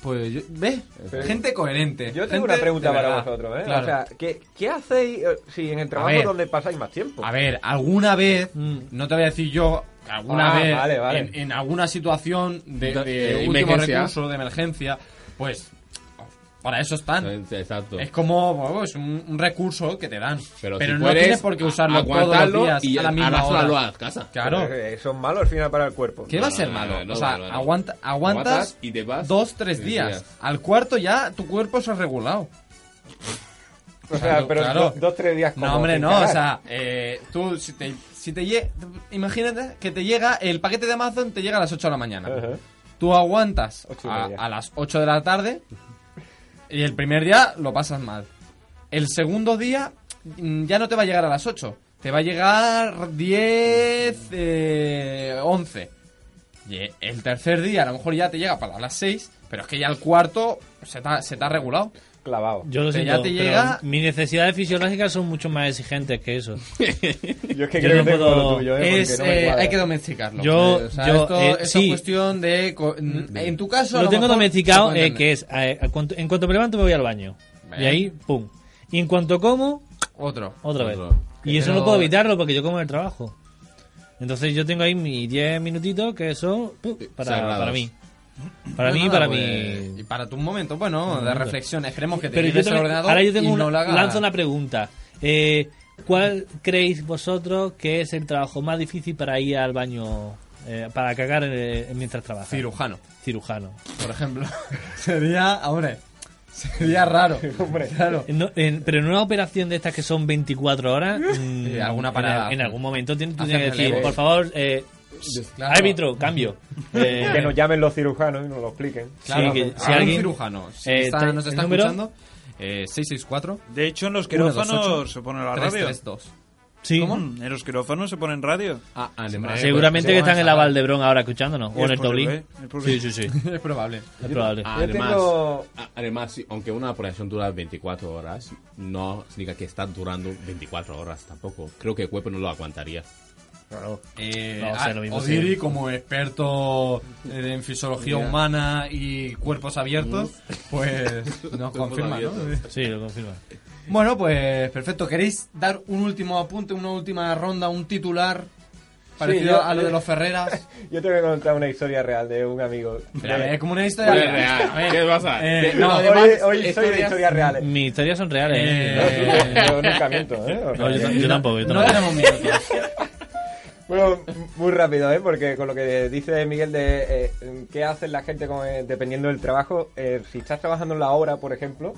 Pues yo, ve, Pero- gente coherente. Yo gente tengo una pregunta de para verdad. vosotros, ¿eh? Claro. O sea, ¿qué, qué hacéis eh, si en el trabajo ver. Ah, donde pasáis más tiempo? a ver, alguna vez, Mm. no te voy a decir yo, que alguna Ah, vez vale, vale. En, en alguna situación de, De- de de último emergencia. recurso, de emergencia, pues para eso están. Exacto. Es como bueno, es un, un recurso que te dan. Pero, si no puedes, tienes por qué usarlo todos los aguantarlo días y a la misma arrastrarlo hora. a la casa. Claro. Eh, Son malos al final para el cuerpo. ¿Qué No, va a no, ser no, malo? no, no, o sea, no, no. aguanta- aguantas, Aguantas y te vas dos, tres tres días. días. Al cuarto ya tu cuerpo se ha regulado. O sea, Claro, pero claro. dos, dos, tres días como No, hombre, sin no. cagar. O sea, eh, tú, si te, si te lle- Imagínate que te llega el paquete de Amazon, te llega a las 8 de la mañana. Ajá. Tú aguantas Ocho y a, media. a las 8 de la tarde y el primer día lo pasas mal. El segundo día mm, ya no te va a llegar a las 8. Te va a llegar 10, eh, 11. Y eh, el tercer día a lo mejor ya te llega para las 6, pero es que ya el cuarto se te ha, se te ha regulado. Clavado. Yo lo Que siento, ya te pero llega- mis necesidades fisiológicas son mucho más exigentes que eso. Yo es que yo creo no que tengo puedo- lo tuyo, ¿eh? Porque Es, no me eh, cuadra. hay que domesticarlo. Yo- Eh, o sea, yo, esto, eh, esto sí. es cuestión de. co- mm, En tu caso. a Lo tengo mejor domesticado, se puede eh, que es, eh, a cuanto- en cuanto me levanto me voy al baño. Bien. Y ahí, pum. Y en cuanto como, entender. Otro. otra vez. Otro. Y eso Pero- no puedo evitarlo porque yo como en el trabajo. Entonces yo tengo ahí mis 10 minutitos que son pum, para, Sagrados. para mí. Para mí, Nada, para pues, mí. Y para tu momento, bueno, de reflexión. Esperemos que te Pero yo quites el también- ordenador ahora yo pues, tengo y una, no lo hagas. lanzo una pregunta. Eh, ¿Cuál creéis vosotros que es el trabajo más difícil para ir al baño, eh, para cagar eh, mientras trabajas? Cirujano, Cirujano. por ejemplo. sería, hombre, sería raro. hombre, claro. No, en- pero en una operación de estas que son 24 horas, mm, Eh, alguna en- parada. En, algún momento tienes, tú Hacer tienes que decir, relevo. por favor, eh, Claro. árbitro, cambio. Eh, Que nos llamen los cirujanos y nos lo expliquen. Claro, que algún si alguien- cirujano si Eh, está- te- nos ¿el está número? escuchando, eh, 664 De hecho, en los 128, quirófanos se pone la radio. 332. sí. Mm, En los quirófanos se ponen radio. Ah, además, Seguramente pues, que están en la vamos a- Valdebrón ahora escuchándonos, o en Es el Toblín. posible, ¿eh? Es Sí, posible. sí, sí. Es probable. Es probable. Ah, Además, tengo- a- además, sí, aunque una operación dura 24 horas, no significa que está durando 24 horas tampoco. Creo que el cuerpo no lo aguantaría. Eh, No, o sea, lo mismo Odiri, sí. como experto eh, en fisiología humana y cuerpos abiertos, Mm. pues nos confirma, ¿no? Sí, lo confirmo. Bueno, pues perfecto. ¿Queréis dar un último apunte, una última ronda, un titular parecido yo- a lo de los Ferreras? Yo te voy a contar una historia real de un amigo. Pero, a De- ver, como una historia. Pues, Vale, real. A real. ver, ¿Qué pasa? eh, ¿Qué- no, hoy además, hoy soy de historias- historias reales. Mis historias son reales. ¿eh? Eh, Yo nunca miento, ¿eh? O No, sea yo, que- yo tampoco. Yo no tampoco. tenemos minutos. Bueno, muy rápido, ¿eh? Porque con lo que dice Miguel de eh, qué hace la gente con, eh, dependiendo del trabajo, eh, si estás trabajando en la obra, por ejemplo,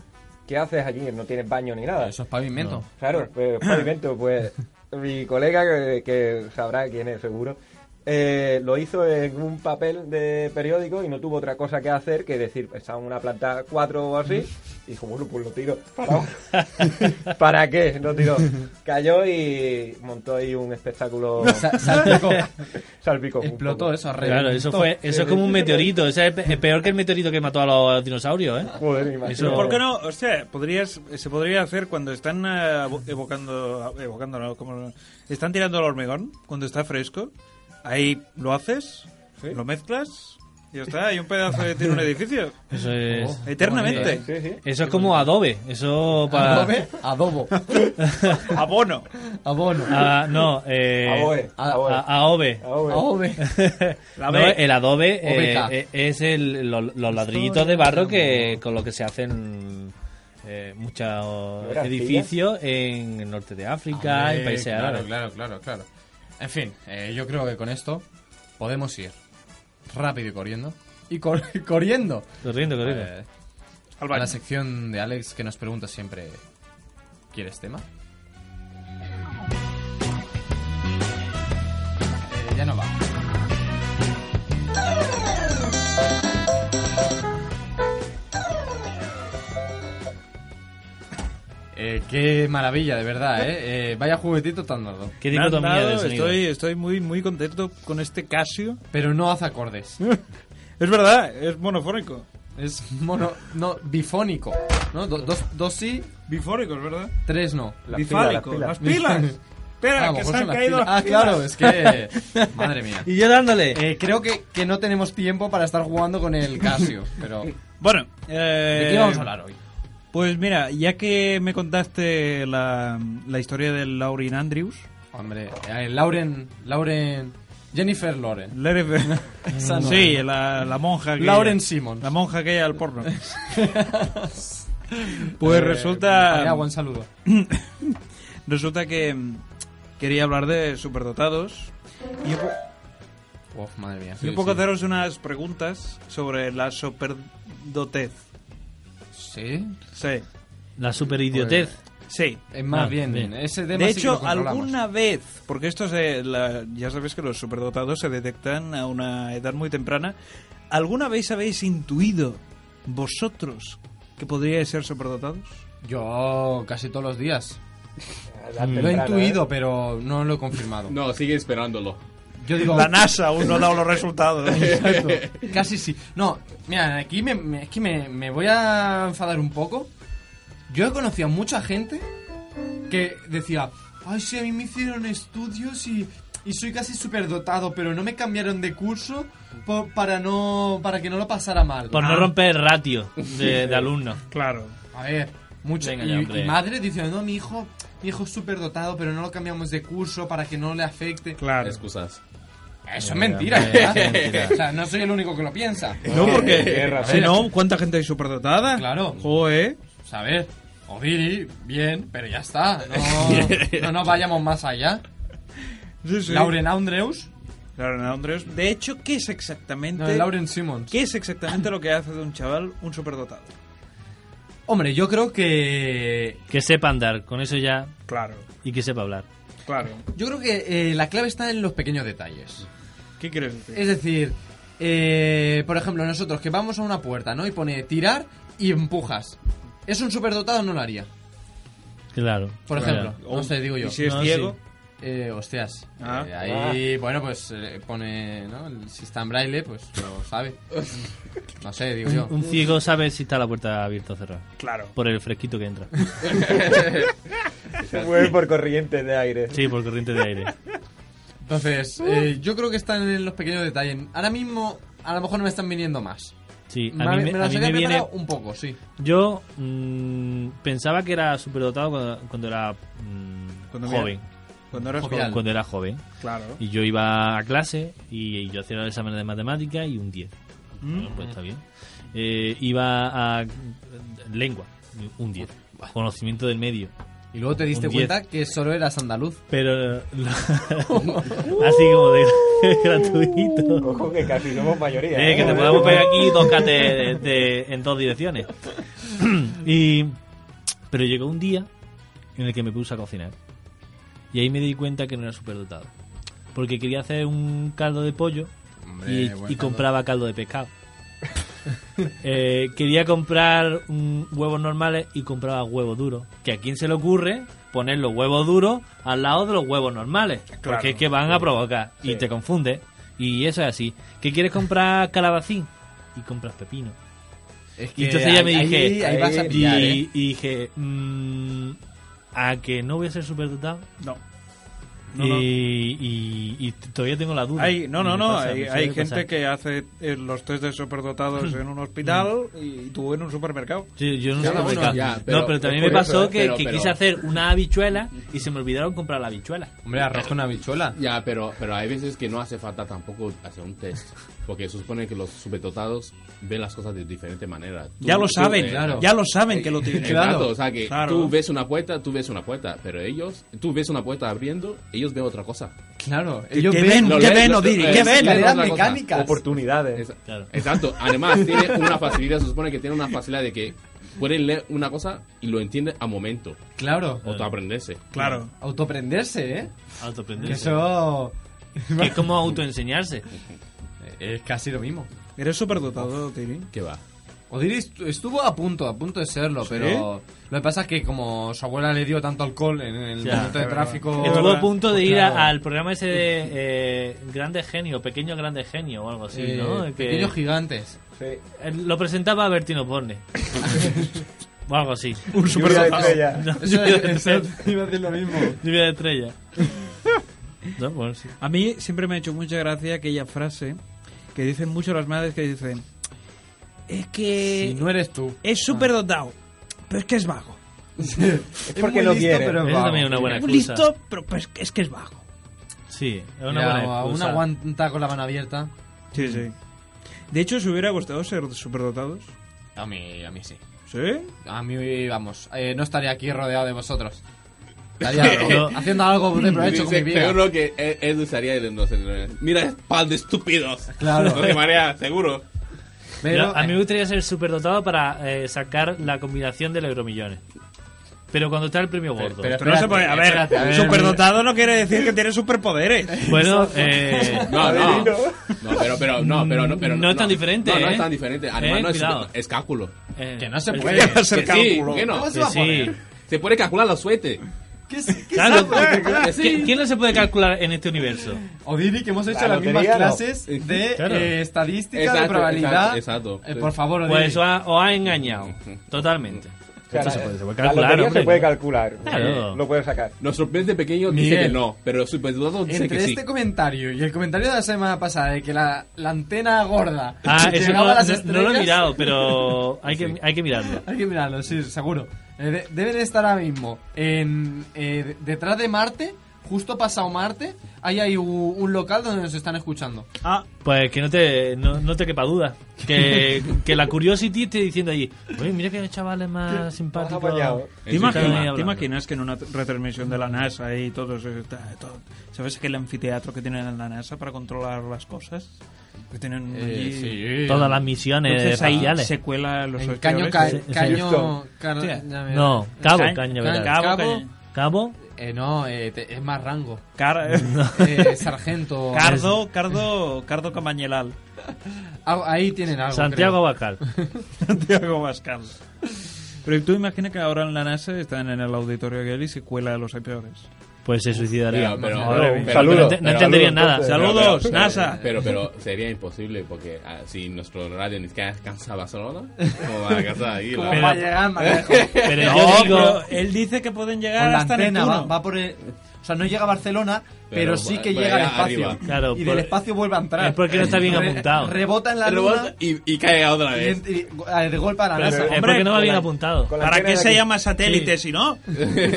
¿qué haces allí? No tienes baño ni nada. Eso es pavimento. Claro, pues pavimento, pues mi colega, que, que sabrá quién es seguro, eh, lo hizo en un papel de periódico y no tuvo otra cosa que hacer que decir, estaba en una planta 4 o así, y dijo, bueno, pues lo tiro. ¿Para, ¿Para qué? Lo tiró. Cayó y montó ahí un espectáculo Sa- salpicó, salpicó. un explotó poco. eso, Claro, eso, fue, eso es como un meteorito. Eso es pe- es peor que el meteorito que mató a los dinosaurios, ¿eh? Joder, imagino. Eso- ¿Por qué no? O sea, podrías, se podría hacer cuando están eh, abo- evocando, evocando no, como, están tirando el hormigón, cuando está fresco, ahí lo haces, lo mezclas, y ya está, hay un pedazo de tiene un edificio. Eso es. Oh. Eternamente. Sí, sí. Eso es como adobe. Eso para. Adobe, adobo, Abono. abono, Ah, no, eh. Aboe, a- aboe. a- Adobe. adobe. Ahobe. No, B. el adobe eh, Oveja. eh, es el, lo- los ladrillitos de barro que con lo que se hacen eh, muchos ¿Era edificios en el norte de África, Hombre, en países Eh, claro, árabes. claro, claro, claro. En fin, eh, yo creo que con esto podemos ir rápido y corriendo. Y cor- corriendo. Corriendo, corriendo. Eh, a Al baño. la sección de Alex que nos pregunta siempre, ¿quieres tema? Eh, ya no va. Eh, qué maravilla, de verdad, ¿eh? Eh, vaya juguetito tan dado. Qué Me han dicotomía dado- de sonido. estoy, estoy muy, muy contento con este Casio. Pero no hace acordes. Es verdad, es monofónico. Es mono... No, bifónico. ¿No? Do- dos, dos sí, Bifórico, es verdad. tres no. Las Bifálico. pilas, las Las pilas. pilas. Espera, Ah, que mejor se han las caído pilas. las Ah, claro, pilas. es que... Madre mía. Y yo dándole. Eh, creo que, que no tenemos tiempo para estar jugando con el Casio, pero... ¿De Bueno, eh, qué vamos a hablar hoy? Pues mira, ya que me contaste la, la historia de Laurin Andrews, Hombre, eh, Lauren... Lauren... Jennifer Lauren. la- Esa no. sí, la, la monja que Lauren Simmons. la monja que al porno. Eh, Pues resulta- María, buen saludo. Resulta que mm, quería hablar de superdotados y un, po- Uf, madre mía. y un poco haceros unas preguntas sobre la superdotez. ¿Sí? Sí, La super idiotez. sí. Es más Ah, bien, bien. ese tema De sí que lo hecho, controlamos. alguna vez, porque esto se, la- ya sabéis que los superdotados se detectan a una edad muy temprana, ¿alguna vez habéis intuido vosotros que podríais ser superdotados? Yo casi todos los días. La Lo he temprana, ¿eh? ¿eh? intuido, pero no lo he confirmado. No, sigue esperándolo. Yo digo, La NASA aún no ha dado los resultados. Exacto. Casi sí. No, mira, aquí me, me- es que me, me voy a enfadar un poco. Yo he conocido a mucha gente que decía, ay, sí, a mí me hicieron estudios y, y soy casi superdotado, pero no me cambiaron de curso po- para no para que no lo pasara mal. Por no Ah, romper el ratio de, de alumnos. Claro. A ver, mucho. Venga y, ya, y hombre. madre diciendo, no, mi hijo, mi hijo es superdotado, pero no lo cambiamos de curso para que no le afecte. Claro. Excusas. Eso es mentira. ¿verdad? o sea, no soy el único que lo piensa. No, porque Guerra, si no, ¿cuánta gente hay superdotada? Claro. Joder. O sea, a ver, Odiri, bien, pero ya está. No, no nos vayamos más allá. Sí, sí. Lauren Andrews. Lauren Andrews. De hecho, ¿qué es exactamente? No, Lauren Simmons. ¿Qué es exactamente lo que hace de un chaval un superdotado? Hombre, yo creo que. Que sepa andar, con eso ya. Claro, Y que sepa hablar. claro. Yo creo que eh, la clave está en los pequeños detalles. ¿Qué quieres decir? Es decir, eh, por ejemplo, nosotros que vamos a una puerta, ¿no? Y pone tirar y empujas. Es un superdotado, no lo haría. Claro. Por Claro. ejemplo, no sé, digo yo. ¿Y si es No, ciego? Eh, hostias. Ah. Eh, ahí, bueno, pues eh, pone, ¿no? El- Si está en braille, pues lo sabe. No sé, digo yo. Un ciego sabe si está la puerta abierta o cerrada. Claro. Por el fresquito que entra. Se mueve por corrientes de aire. Sí, por corriente de aire. Entonces, eh, yo creo que están en los pequeños detalles. Ahora mismo, a lo mejor no me están viniendo más. Sí, a Ma- mí me, a las mí había me viene. preparado un poco, sí. Yo mm, pensaba que era superdotado cuando, cuando era mm, Cuando mira- joven. Cuando eras Jovial. joven. Cuando era joven. Claro. Y yo iba a clase y, y yo hacía los exámenes de matemática y un 10. Bueno, pues está bien. Eh, iba a lengua, un 10. Conocimiento del medio. Y luego te diste Un cuenta que solo eras andaluz. Pero lo- así como de gratuito. Ojo que casi somos mayoría. Eh, ¿eh? que te podamos pegar aquí dos cates de- en dos direcciones. y, pero llegó un día en el que me puse a cocinar. Y ahí me di cuenta que no era superdotado. Porque quería hacer un caldo de pollo y, Hombre, buen y caldo. compraba caldo de pescado. Eh, quería comprar mm, huevos normales y compraba huevos duros. Que a quién se le ocurre poner los huevos duros al lado de los huevos normales. Porque es que van a provocar y te confunde. Y eso es así. Que quieres comprar calabacín y compras pepino. Es Y entonces ya me ahí- dije, Ahí, ahí vas a ahí- pillar, y, ¿eh? y dije, mm, a que no voy a ser superdotado. No. No, no. y, y- y todavía tengo la duda. Hay, no, no, Y me no. pasa, hay me suele hay gente pasar. que hace eh, los test de superdotados en un hospital y tú en un supermercado. Sí, yo no Ya, sé cómo bueno, explicar. ya, no, pero- pero también me pero- pasó pero- que, pero- que pero- quise hacer una habichuela y se me olvidaron comprar la habichuela. Hombre, arroz con habichuela. Ya, pero, pero hay veces que no hace falta tampoco hacer un test. Porque se supone que los superdotados ven las cosas de diferente manera. Tú- ya lo tú, saben, eh, claro. ya lo saben que lo tienen. Exacto, o sea que Claro. tú ves una puerta, tú ves una puerta, pero ellos, tú ves una puerta abriendo, ellos ven otra cosa. Claro. ¿Qué ven? lo ¿Qué ven, ven, lo- Odiri? eh, ¿Qué es ven? la- Escaleras otra cosa. mecánicas. Oportunidades. Es- Claro. Exacto, además tiene una facilidad, se supone que tiene una facilidad de que pueden leer una cosa y lo entienden a momento, Claro. o eh, aprenderse. Claro. Autoprenderse, ¿eh? Que Autoprenderse. Eso... Que es como autoenseñarse. eh, Es casi lo mismo. ¿Eres superdotado, Tiri? ¿Qué va? Odiri estu- estuvo a punto, a punto de serlo, pero lo que pasa es que como su abuela le dio tanto alcohol en el Ya, momento de es verdad. tráfico... Estuvo a verdad. punto de Pues ir a- claro. al programa ese de eh, Grande Genio, Pequeño Grande Genio o algo así, eh, ¿no? Que- Pequeños gigantes. Sí. eh, lo presentaba Bertino Borne. o algo así. Un Lluvia de superdotado. estrellas. Eso es, eso iba a decir lo mismo. Lluvia de estrella. No, bueno, sí. A mí siempre me ha hecho mucha gracia aquella frase que dicen mucho las madres que dicen es que Si no eres tú. es superdotado, pero es que es vago. Es porque no quiere. pero es Eso vago. también es una buena Es excusa. listo, pero pues es que es vago. Sí, es una Mira, buena aún excusa. aguanta con la mano abierta. Sí, sí. De hecho, si hubiera gustado ser superdotados. A mí, a mí sí. ¿Sí? A mí, vamos, eh, no estaría aquí rodeado de vosotros. Estaría No. haciendo algo de provecho con mi Dice, vida. seguro que él, él usaría el no sé, Mira, pal de estúpidos. Claro. No te marea, seguro. Pero, eh, Yo- a mí me gustaría ser superdotado para eh, sacar la combinación del Euromillones. Pero cuando está el premio gordo. pero- Pero no se puede. A ver, espérate, a ver, superdotado no quiere decir que tiene superpoderes. bueno, eh, No, no. Adelino. No, pero, pero, no, pero, no, pero No es tan diferente, No, no ¿eh? es tan diferente. Además, Eh, no es, cuidado. es cálculo. eh, que no se el- puede. Va a ser Que sí, cálculo. ¿por qué no? ¿Cómo se que va a sí. poner? Se puede calcular la suerte. ¿Qué, se- qué Claro, se puede? ¿qui- ¿quién no se puede calcular en este universo? Odiri, que hemos hecho La las mismas lotería, no. clases de Claro. eh, estadística, de Exacto, probabilidad. exacto, exacto. Eh, por favor, Odiri. Pues os ha, os ha engañado. Totalmente. Claro, se puede- se puede la calcular, lotería hombre. se puede calcular. Claro. Eh, Lo puedes sacar. Nuestro pez pequeño dice Miguel. que no, pero el superdotado dice Entre que sí. este comentario y el comentario de la semana pasada de que la, la antena gorda Ah, eso llegaba no, a las no- no lo he estrellas- mirado, pero hay que, hay que mirarlo. Hay que mirarlo, sí, seguro. Eh, de- deben estar ahora mismo en, eh, de- detrás de Marte justo pasado Marte, ahí hay u- un local donde nos están escuchando. Ah, pues que no te, no, no te quepa duda. Que, que la Curiosity esté diciendo allí, oye, mira que chavales más simpáticos. apañado. ¿Te Están ahí imaginas, hablando. ¿Te imaginas que en una retransmisión de la NASA y todo eso? está- todo- ¿Sabes aquel anfiteatro que tienen en la NASA para controlar las cosas? Que tienen Eh, allí. Todas las misiones Entonces ahí espaciales. se cuela los En ocho caño, horas. ca- sí, sí. caño, Houston. car- Hostia. ya me- No, Cabo Ca- Cañaveral. Ca- Cabo, Cabo. Caña- Cabo, Eh, no, eh, te- es más rango. Car- Eh, sargento. Cardo, Cardo, Cardo Camañelal. Algo- Ah, ahí tienen algo. Santiago creo. Abascal. Santiago Bascal. Pero tú imagina que ahora en la NASA están en el auditorio aquel y se cuela a los peores. Pues se suicidaría. Pero, pero- Madre pero- mía. pero- Saludos. pero- No ent- no pero- entendería saludos, nada. entonces. pero- Saludos, pero- NASA. Pero, pero sería imposible porque ah, si nuestro radio ni siquiera alcanza a Barcelona, ¿cómo va a alcanzar ahí? ¿Cómo la- va a llegar más lejos? Pero No, yo digo, eh, pero él dice que pueden Con llegar la Eh, hasta antena va, Neptuno. va por el- O sea, no llega a Barcelona, pero, Pero sí va- que va llega al arriba. espacio. Claro, y por- del espacio vuelve a entrar. es porque no está bien Re- apuntado. Rebota en la luna Rebota y, y cae otra y, vez. en- y- eh, de golpe a la Pero NASA. eso- es hombre, porque no me con habían la- apuntado. con la ¿Para antena qué de se aquí. llama satélite si no?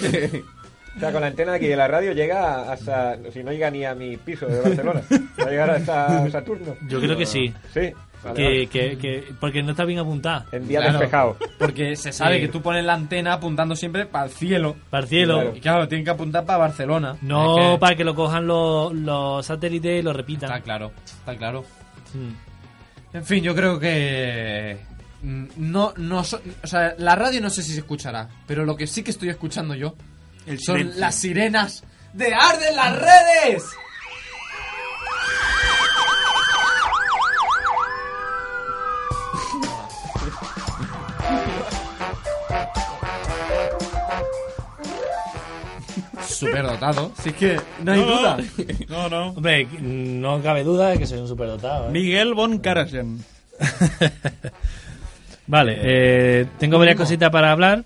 O sea, con la antena de aquí de la radio llega hasta. Si no llega ni a mi piso de Barcelona, va a llegar hasta Saturno. Yo creo que sí. Sí. vale, Que, vale. que, que, porque no está bien apuntada. En día Claro, despejado. Porque se sabe Sí. que tú pones la antena apuntando siempre para el cielo. Para el cielo. Claro. Y claro, tienen que apuntar para Barcelona. No Es que- para que lo cojan los, los satélites y lo repitan. Está claro, está claro. Hmm. Mm. En fin, yo creo que. mm, No, no. so- O sea, la radio no sé si se escuchará, pero lo que sí que estoy escuchando yo El son silencio. las sirenas de Arden las redes. Superdotado, si es que no hay No, duda. No, no. no. Hombre, no cabe duda de que soy un superdotado. ¿eh? Miguel Von Karajan. Vale, eh, tengo varias cositas para hablar.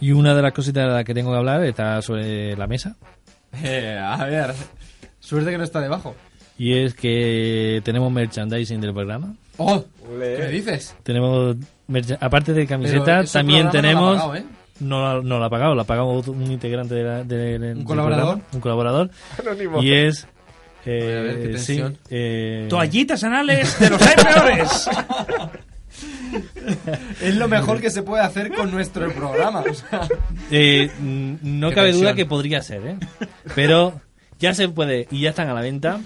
y una de las cositas de las que tengo que hablar está sobre la mesa. Eh, a ver, suerte que no está debajo. Y es que tenemos merchandising del programa. ¡Oh! Ule. ¿Qué me dices? Tenemos mercha- aparte de Pero camisetas, ese también programa no tenemos lo ha pagado, ¿eh? no la, no la ha pagado, la ha pagado otro- un integrante de la- de- de- del colaborador? programa, un colaborador. Anónimo. Y es. Joder, a ver, Eh, qué sí, tensión. eh, Toallitas anales de los hay peores. Es lo mejor que se puede hacer con nuestro programa. o sea. eh, mm, no Qué cabe duda tensión. que podría ser, ¿eh? Pero ya se puede y ya están a la venta.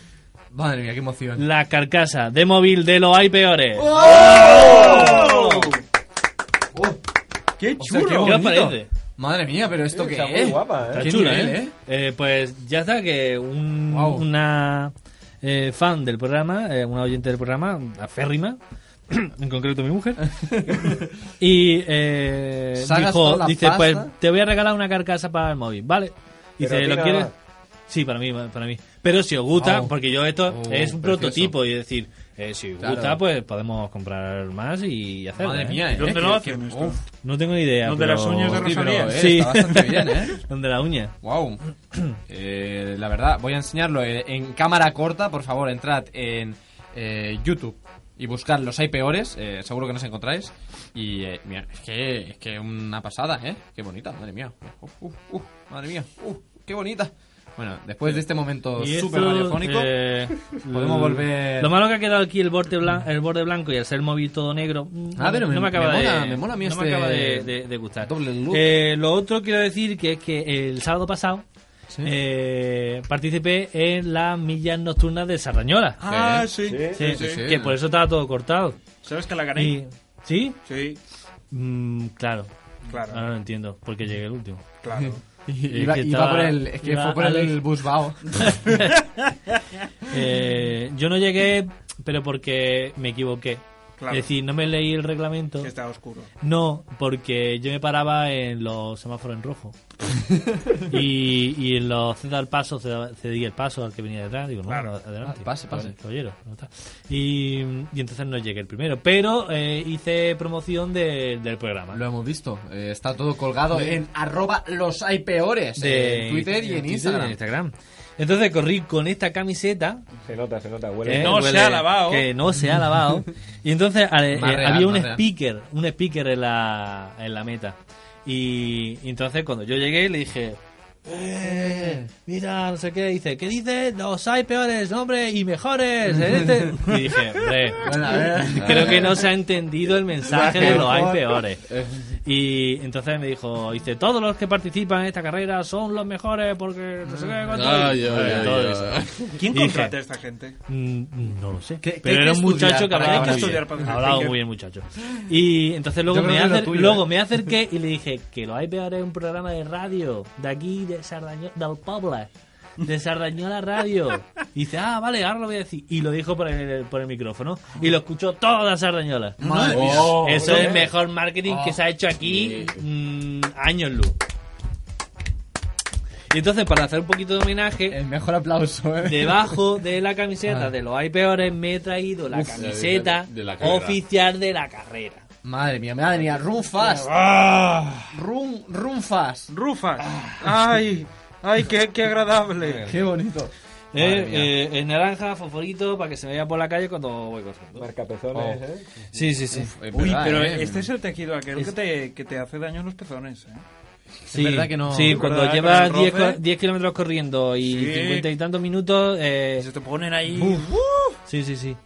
Madre mía, qué emoción. La carcasa de móvil de los hay peores. ¡Qué sea, ¿qué os parece? Madre mía, pero esto Sí, qué está muy es. guapa, ¿eh? Está Qué chula, nivel, ¿eh? Eh, Pues ya está que un- Guau. una eh, fan del programa, eh, una oyente del programa, aférrima, en concreto mi mujer, y eh, Sacas dijo, toda la dice, pasta. pues te voy a regalar una carcasa para el móvil, ¿vale? Pero Dice, a ti ¿lo nada quieres? más. Sí, para mí, para mí. Pero si os gusta, Guau. porque yo esto Oh, es un precioso. prototipo y decir, eh, si os Claro. gusta, pues podemos comprar más y hacer. Madre mía, ¿eh? ¿Dónde Qué- lo qué- hacen esto? uf, No tengo ni idea. Donde las uñas de sí, pero, Rosalía. eh, Sí. Está bastante bien, ¿eh? Donde la uña. Wow. Eh, la verdad, voy a enseñarlo eh, en cámara corta. Por favor, entrad en eh, YouTube y buscad los hay peores. eh, seguro que nos encontráis. Y eh, mira, es que es que una pasada, ¿eh? Qué bonita, madre mía. Uh, uh, uh, madre mía, uh, qué bonita. Bueno, después de este momento Y súper esto, radiofónico, eh, podemos volver. Lo malo que ha quedado aquí el borde, blan- el borde blanco y al ser móvil todo negro. mm, Ah, pero me- no me acaba me de, mola- me mola a mí no me este acaba de, de- de gustar. doble look. Eh, lo otro quiero decir que es que el sábado pasado Sí. eh, participé en las millas nocturnas de Sarrañola. Ah, sí. Sí, Sí, sí, sí. que por eso estaba todo cortado. ¿Sabes que la gané? Y- ¿Sí? Sí, Mm, claro. Ahora claro, lo entiendo, porque llegué el último. claro. iba, que iba estaba- por el, es que iba fue por Alex. el busbao. Eh, yo no llegué, pero porque me equivoqué. Claro. Es decir, no me leí el reglamento. Que este- está oscuro. No, porque yo me paraba en los semáforos en rojo. y, y en los ceda al paso, ceda- cedí el paso al que venía detrás. Digo, no, Claro. no, adelante. Ah, pase, pase. Caballero, no está. Y, y entonces no llegué el primero. Pero eh, hice promoción de- del programa. Lo hemos visto. eh, está todo colgado en arroba los hay peores. eh, De- en Twitter y en Twitter Instagram. en Entonces corrí con esta camiseta Se nota, se nota, que huele. no se ha lavado. Que no se ha lavado. y entonces a- eh, Más real, había un más real. speaker, un speaker en la, en la meta. Y, y entonces cuando yo llegué le dije, eh, mira, no sé qué, dice, ¿qué dice? Los hay peores, hombre, y mejores. ¿eh? Este- Y dije, hombre, Bueno, a ver. creo que no se ha entendido el mensaje de los hay Mejor. peores. Y entonces me dijo, dice, todos los que participan en esta carrera son los mejores porque no sé qué, cuánto". Ay, ay, Bueno, ay, todo ay, eso. ay. ¿Quién Dije, contrata a esta gente? Mm, No lo sé. ¿Qué- qué hay Pero era que un muchacho estudiar que para- hay hablaba que muy bien. estudiar para hacer Hablaba Finger? muy bien, muchacho. Y entonces luego, Yo creo me, que es lo acer- tuyo, luego ¿eh? me acerqué y le dije que lo hay peor es un programa de radio de aquí, de Sardaño, del Pobla. De Sardañola Radio. Y dice, ah, vale, ahora lo voy a decir. Y lo dijo por el, por el micrófono. Y lo escuchó toda Sardañola. Oh, Eso es el mejor marketing que se ha hecho aquí sí. mm, años luz. Y entonces, para hacer un poquito de homenaje, El mejor aplauso, ¿eh? Debajo de la camiseta de los hay peores me he traído Ah. la camiseta de la carrera. oficial de la carrera. Madre mía, madre mía, run fast. Ah. Run, run fast. Rufas. Ay, ay, qué, qué agradable. Qué bonito. Eh, eh, es naranja, fosforito, para que se me vea por la calle cuando voy corriendo. Marca pezones, Oh. ¿eh? Sí, sí, sí. Uy, pero este es el tejido aquel que, te, que te hace daño en los pezones. ¿eh? sí. verdad que no- Sí, ¿verdad? cuando Con llevas el roce. 10 co- 10 kilómetros corriendo y Sí. 50 y tantos minutos. eh, Y Se te ponen ahí. sí, sí, sí.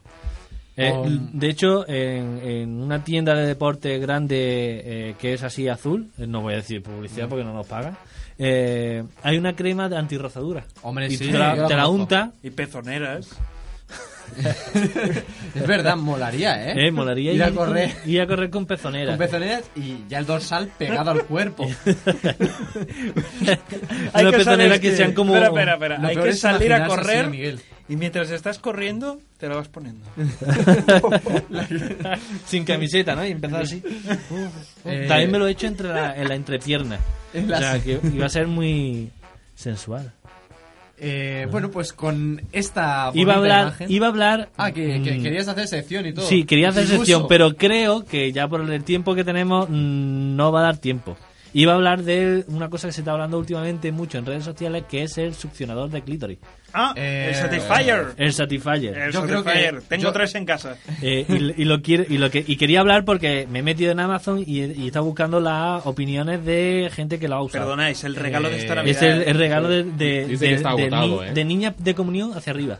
Eh, l- de hecho, en, en una tienda de deporte grande eh, que es así azul, eh, no voy a decir Mm. publicidad porque no nos pagan, eh, hay una crema de antirrozadura. Hombre, y sí, tú te la, yo la te la conozco. unta, Y pezoneras. Es verdad, molaría, ¿eh? eh, molaría Ir a correr. ir a correr con pezonera. Con pezoneras y ya el dorsal pegado al cuerpo. Hay Una que pezonera saber que, este. que- sean como. Espera, espera, espera. Lo Hay peor que es salir a imaginarse así correr. Miguel. Y mientras estás corriendo, te la vas poniendo. Sin camiseta, ¿no? Y empezar así. Eh, También me lo he hecho entre la, en la entrepierna. En O la- sea, que iba a ser muy sensual. Eh, bueno, pues con esta bonita Iba a hablar. imagen... Iba a hablar Ah, que, que mm, querías hacer sección y todo. Sí, quería hacer Incluso. sección, pero creo que ya por el tiempo que tenemos mm, no va a dar tiempo. Iba a hablar de una cosa que se está hablando últimamente mucho en redes sociales, que es el succionador de clítoris. Ah, Eh, el Satisfyer. El Satisfyer. El yo creo que- Satisfyer. Tengo yo- tres en casa. Eh, y, y lo quiero, y, lo que, y quería hablar porque me he metido en Amazon y, y está buscando las opiniones de gente que lo ha usado. Perdonáis, el regalo de esta Navidad. Es el, el regalo de, de, Dice que de- está de agotado, ¿eh? de niña de comunión hacia arriba.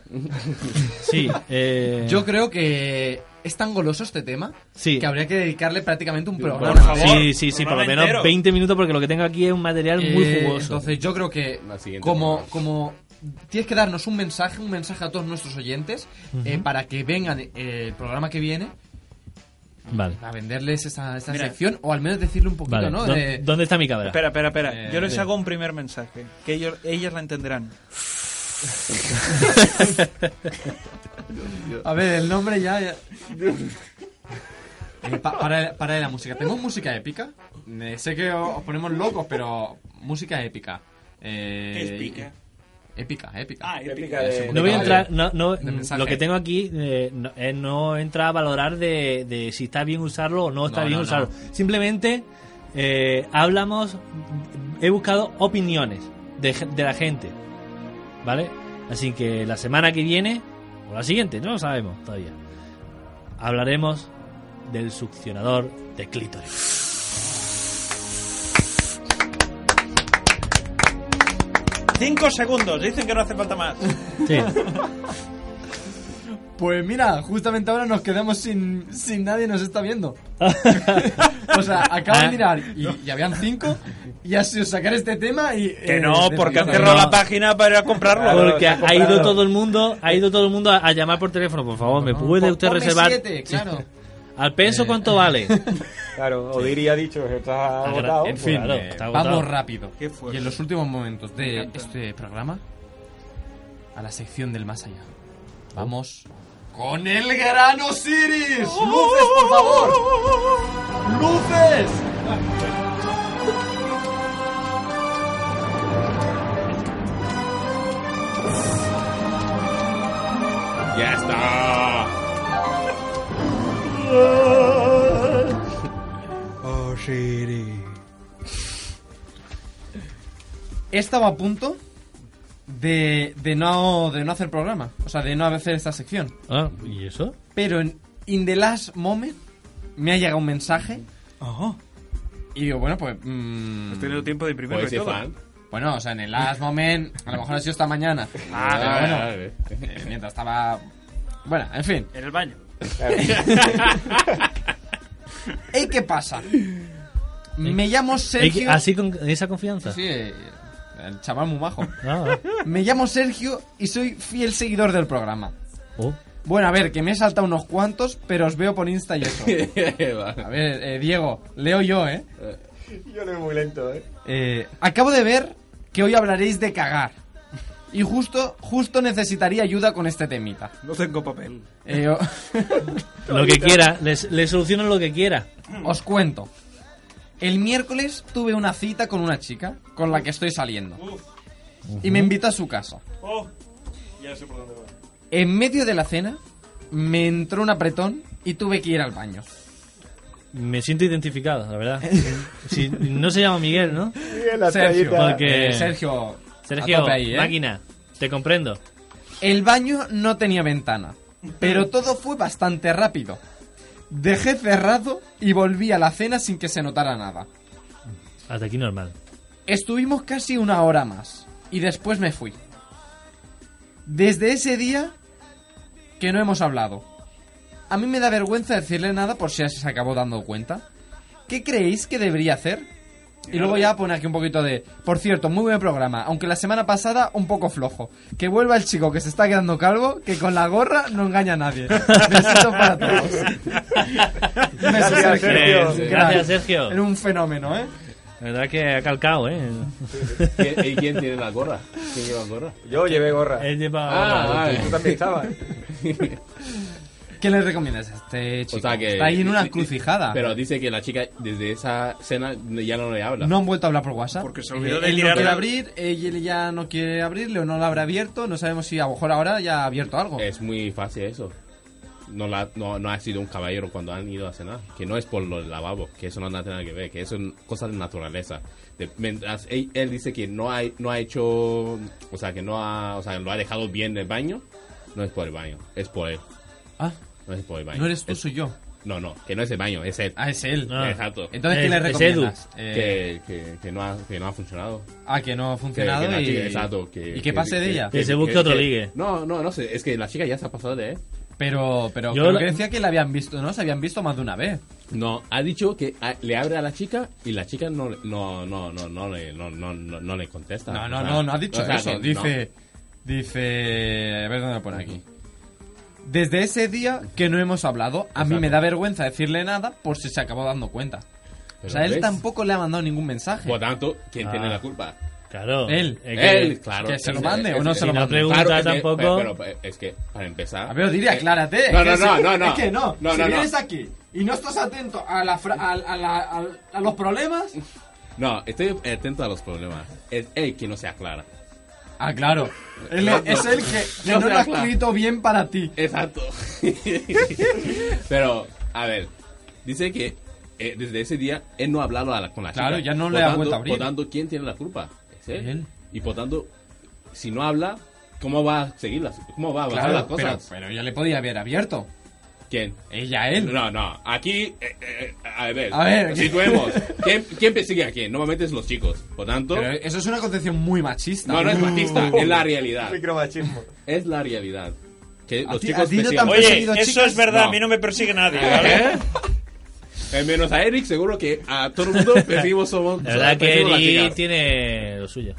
Sí, eh, Yo creo que es tan goloso este tema Sí. que habría que dedicarle prácticamente un Por programa. favor. sí, sí, sí, por lo programa menos entero. 20 minutos porque lo que tengo aquí es un material muy Eh, jugoso. Entonces yo creo que La siguiente como, programa. como tienes que darnos un mensaje, un mensaje a todos nuestros oyentes eh, para que vengan eh, el programa que viene Vale. a venderles esta, esta Mira. sección o al menos decirle un poquito, Vale, ¿no? Eh, ¿dó- De- ¿Dónde está mi cámara? Espera, espera, espera. Eh, Yo les bien. hago un primer mensaje. Que ellos, ellas la entenderán. a ver, el nombre ya... ya. Eh, pa- para, para la música. ¿Tenemos música épica? Eh, sé que o- os ponemos locos, pero música épica. Eh, ¿Qué es pica? Épica, épica. Ah, épica. Épica de... No voy a Vale. entrar, no, no, De mensaje. lo que tengo aquí eh, no, eh, no entra a valorar de, de si está bien usarlo o no está No, bien no, usarlo. Simplemente eh, hablamos, he buscado opiniones de, ge- de la gente, ¿vale? Así que la semana que viene, o la siguiente, no lo sabemos todavía, hablaremos del succionador de clítoris. Cinco segundos. Dicen que no hace falta más. Sí. Pues mira, justamente ahora nos quedamos sin, sin nadie nos está viendo. o sea, acabo de mirar y, y habían cinco y ha sido sacar este tema y... Que eh, no, porque han desviando. cerrado no. la página para ir a comprarlo. Porque se ha ha ido comprado. todo el mundo, ha ido todo el mundo a, a llamar por teléfono, por favor, ¿me No, puede pon- usted ponme reservar? siete, claro. ¿Al peso cuánto vale? Claro, Odiri ha dicho que está agotado. Ah, en pues, fin, Claro, eh, está agotado. vamos rápido. Qué fuerte. Y en los últimos momentos Me de encanta. este programa, a la sección del más allá. Vamos con el gran Osiris. ¡Luces, por favor! ¡Oh! ¡Luces! ¡Ya está! Oh, Siri. He estado a punto de, de, no, de no hacer programa. O sea, de no hacer esta sección. Ah, ¿y eso? Pero en In the Last Moment me ha llegado un mensaje Oh, y digo, bueno, pues... mm, has tenido tiempo de imprimirlo Puede y ser todo. fan. Bueno, o sea, en el last moment, a lo mejor ha sido esta mañana. Ah, pero bueno, eh, mientras estaba... Bueno, en fin. En el baño. ¿Y qué pasa? Me llamo Eh, Sergio... Así con esa confianza. Sí, eh, el chaval muy majo. Ah, Me llamo Sergio y soy fiel seguidor del programa. oh. Bueno, a ver, que me he saltado unos cuantos, pero os veo por Insta y eso. Va. A ver, eh, Diego, leo yo, ¿eh? Yo leo muy lento, ¿eh? Eh, Acabo de ver que hoy hablaréis de cagar. Y justo, justo necesitaría ayuda con este temita. No tengo papel. Eh, o- Lo que quiera, les- le solucionan lo que quiera. os cuento. El miércoles tuve una cita con una chica con la que estoy saliendo. Y me invitó a su casa. Oh, ya sé por dónde va. En medio de la cena, me entró un apretón y tuve que ir al baño. Me siento identificado, la verdad. Si, no se llama Miguel, ¿no? Miguel, la Sergio, toallita. porque- eh, Sergio, a Sergio, tope ahí, ¿eh? máquina, te comprendo. El baño no tenía ventana, pero todo fue bastante rápido. Dejé cerrado y volví a la cena sin que se notara nada. Hasta aquí normal. Estuvimos casi una hora más y después me fui. Desde ese día que no hemos hablado. A mí me da vergüenza decirle nada por si ya se acabó dando cuenta. ¿Qué creéis que debería hacer? Y luego ya pone aquí un poquito de... Por cierto, muy buen programa, aunque la semana pasada un poco flojo. Que vuelva el chico que se está quedando calvo, que con la gorra no engaña a nadie. Besitos para todos. Besos, Gracias, Sergio. Crack. Gracias, Sergio. Era un fenómeno, ¿eh? La verdad que ha calcado, ¿eh? ¿Qui- ¿Y quién tiene la gorra? ¿Quién lleva gorra? Yo llevé gorra. Él lleva... Ah, Tú también estabas. ¿Qué le recomiendas a este chico? O sea que- Está ahí en una encrucijada. Pero dice que la chica desde esa cena ya no le habla. No han vuelto a hablar por WhatsApp. Porque se olvidó Eh, de él no tirarla. quiere abrir, ella ya no quiere abrirle o no la habrá abierto. No sabemos si a lo mejor ahora ya ha abierto algo. Es muy fácil eso. No, la, no, no ha sido un caballero cuando han ido a cenar. Que no es por los lavabos, que eso no tiene nada que ver, que eso es cosa de naturaleza. De- mientras él, él dice que no ha, no ha hecho, o sea, que no ha, o sea, lo ha dejado bien el baño, no es por el baño, es por él. Ah, No es por el baño. no eres tú, Es- soy yo. No, no, que no es el baño, es él. Ah, es él. Ah. Exacto. Entonces, ¿qué Es- le es recomiendas? Eh, que, que, que no ha, que no ha funcionado. ah, que no ha Que- que funcionado la y, chica- exacto, que, y que pase de ella. que- se busque otro ligue. No, no, no sé. Es que la chica ya se ha pasado de él. Pero, pero Yo creo la- que decía que la habían visto, ¿no? Se habían visto más de una vez. No, ha dicho que a- le abre a la chica y la chica no, le- no, no, no, no, le, no, no, no, no le contesta. No, O no, sea, no, no ha dicho o sea, eso. no, dice, dice, a ver dónde lo pone aquí. Desde ese día que no hemos hablado, a mí Exacto. me da vergüenza decirle nada por si se acabó dando cuenta. Pero o sea, él ¿ves? tampoco le ha mandado ningún mensaje. Por tanto, ¿quién Ah. tiene la culpa? Claro. Él. Es que- él, claro. que se lo Es- mande es- o no es- se lo si no mande. pregunta Claro que sí, tampoco. Pero, pero, es que, para empezar. eh, A ver, Odile, aclárate. No, no, que no, sí. no, no. Es que no. No, si no, no. vienes aquí y no estás atento a, la fra- a, a la- a- a los problemas... No, estoy atento a los problemas. Es él quien no se aclara. Ah, claro. Él es- es el que, que No no se lo ha aclara. escrito bien para ti. Exacto. Pero, a ver, dice que eh, desde ese día él no ha hablado a la- con la Claro, chica. ya no Por le ha tanto- vuelto a abrir. Por tanto, ¿quién tiene la culpa? Es él. Él. Y por tanto, si no habla, ¿cómo va a seguirlas? ¿Cómo va a avanzar Claro, las pero, cosas? pero yo le podía haber abierto. ¿Quién? Ella, él. No, no, aquí, eh, eh, a ver, A ver. situemos. ¿Quién, ¿Quién persigue a quién? Normalmente es los chicos. Por tanto, Pero uh. eso es una concepción muy machista. no, no es Muy- machista, es la realidad. Micromachismo. Es la realidad. Que A los ti- a chicos ti no te persiguen- han Oye, perseguido. Oye, Perseguido, eso chicas. es verdad, No. a mí no me persigue nadie, ¿vale? Eh, menos a Eric, seguro que a todo el mundo percibimos somos. La Pues verdad que percibimos las Eri chicas. tiene lo suyo.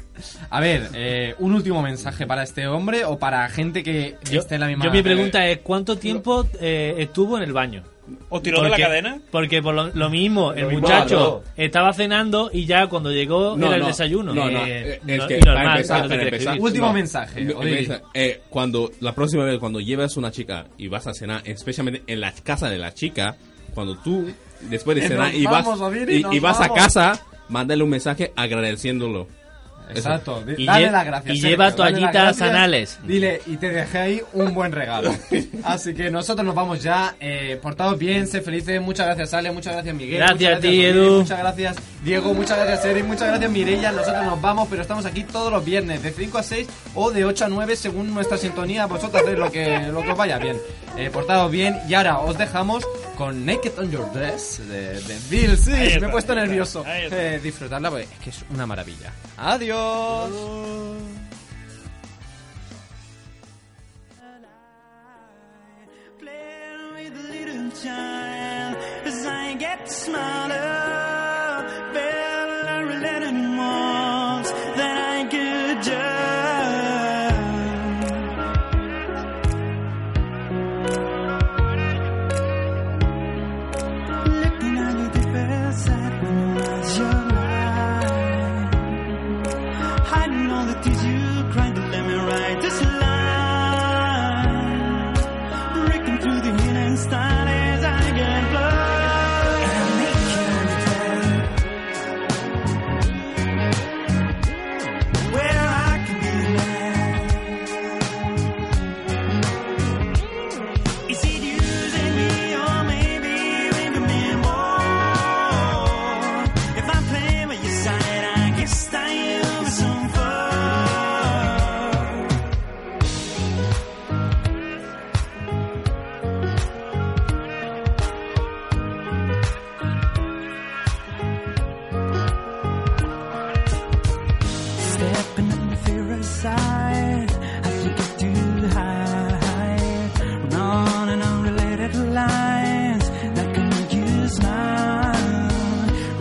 A ver, eh, un último mensaje para este hombre o para gente que esté en Yo, Este la misma. yo mi pregunta es, ¿cuánto tiempo eh, estuvo en el baño? ¿O tiró de la Porque- cadena? Porque por lo, lo mismo, el mismo, muchacho estaba cenando y ya cuando llegó No, era el no, desayuno. no, no, Eh, eh, es no- que y para normal, empezar, no te para crees empezar, escribir. Último No. mensaje. Me- Odile. me- eh, cuando la próxima vez cuando llevas una chica y vas a cenar especialmente en la casa de la chica cuando tú después de Que cenar Eh, nos y vas vamos, Odile, y, nos y vas a vamos. casa mándale un mensaje agradeciéndolo Exacto. Di- Y dale lle- las gracias. y Sergio, lleva dale las toallitas gracias. anales. Dile, y te dejé ahí un buen regalo. Así que nosotros nos vamos ya. Eh, portados bien, sé felices. Muchas gracias, Ale. Muchas gracias, Miguel. Gracias muchas a ti, Odile, Edu. Muchas gracias, Diego. Muchas gracias, Eric. Muchas gracias, Mirella. Nosotros nos vamos, pero estamos aquí todos los viernes, de 5 a 6 o de 8 a 9, según nuestra sintonía. Vosotros hacéis lo que, lo que os vaya bien. Eh, portados bien. Y ahora os dejamos con Naked on Your Dress de, de Bill. Sí, me he está, puesto ahí está, nervioso. ahí está. Eh, disfrutarla porque es que es una maravilla. Adiós. Playing with little child as I get smarter. Better I relate once that I could judge. Looking at you the best I recognize your light. Hiding all the tears you cried, but let me write this line breaking through the hidden style as I get blood. And I make you understand. Well, I can be left. Is it using me or maybe leaving me more? If I play by your side, I guess I am some fun. Stepping on the fear side, I think it's too high. Run on and unrelated lines that can make you smile.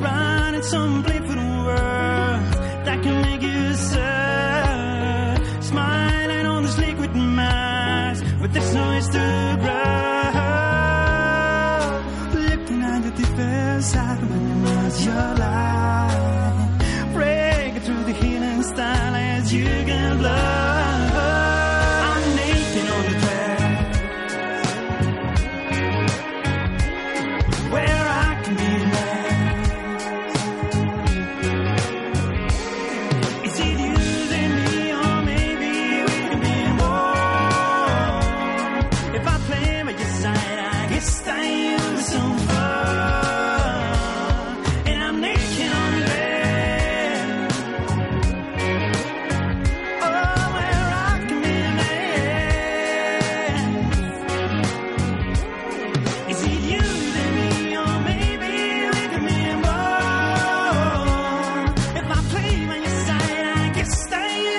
Run in some playful world that can make you sad. Smiling on this liquid mass, but there's no ways to grow. Looking at the deepest side when you lose your life. Break through the healing style as you can love. I'm naked on the track. Where I can be left. Is it using me or maybe we can be more? If I play by your side, I guess I am some fun. And I'm naked on the bed. Oh, where I can be led. Is it you to me, or maybe with me more? If I play by your side, I guess I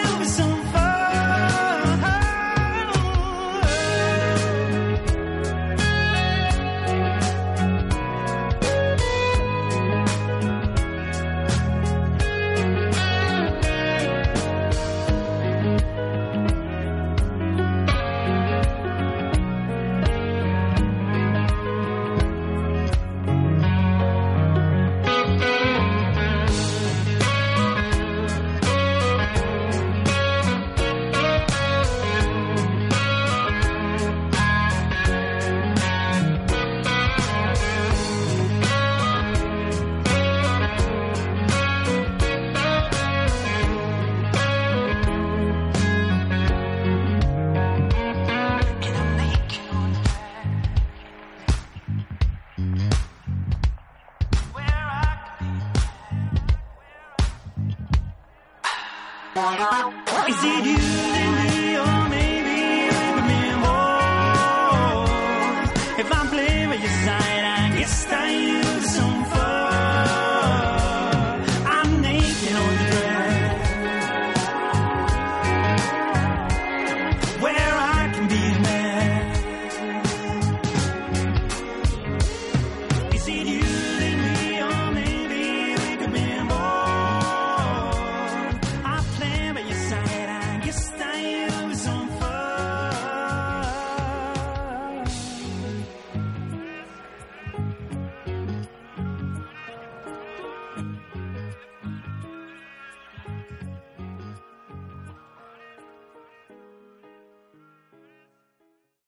am some fun. Is it you and me, or maybe with me more? If I play by your side, I guess I am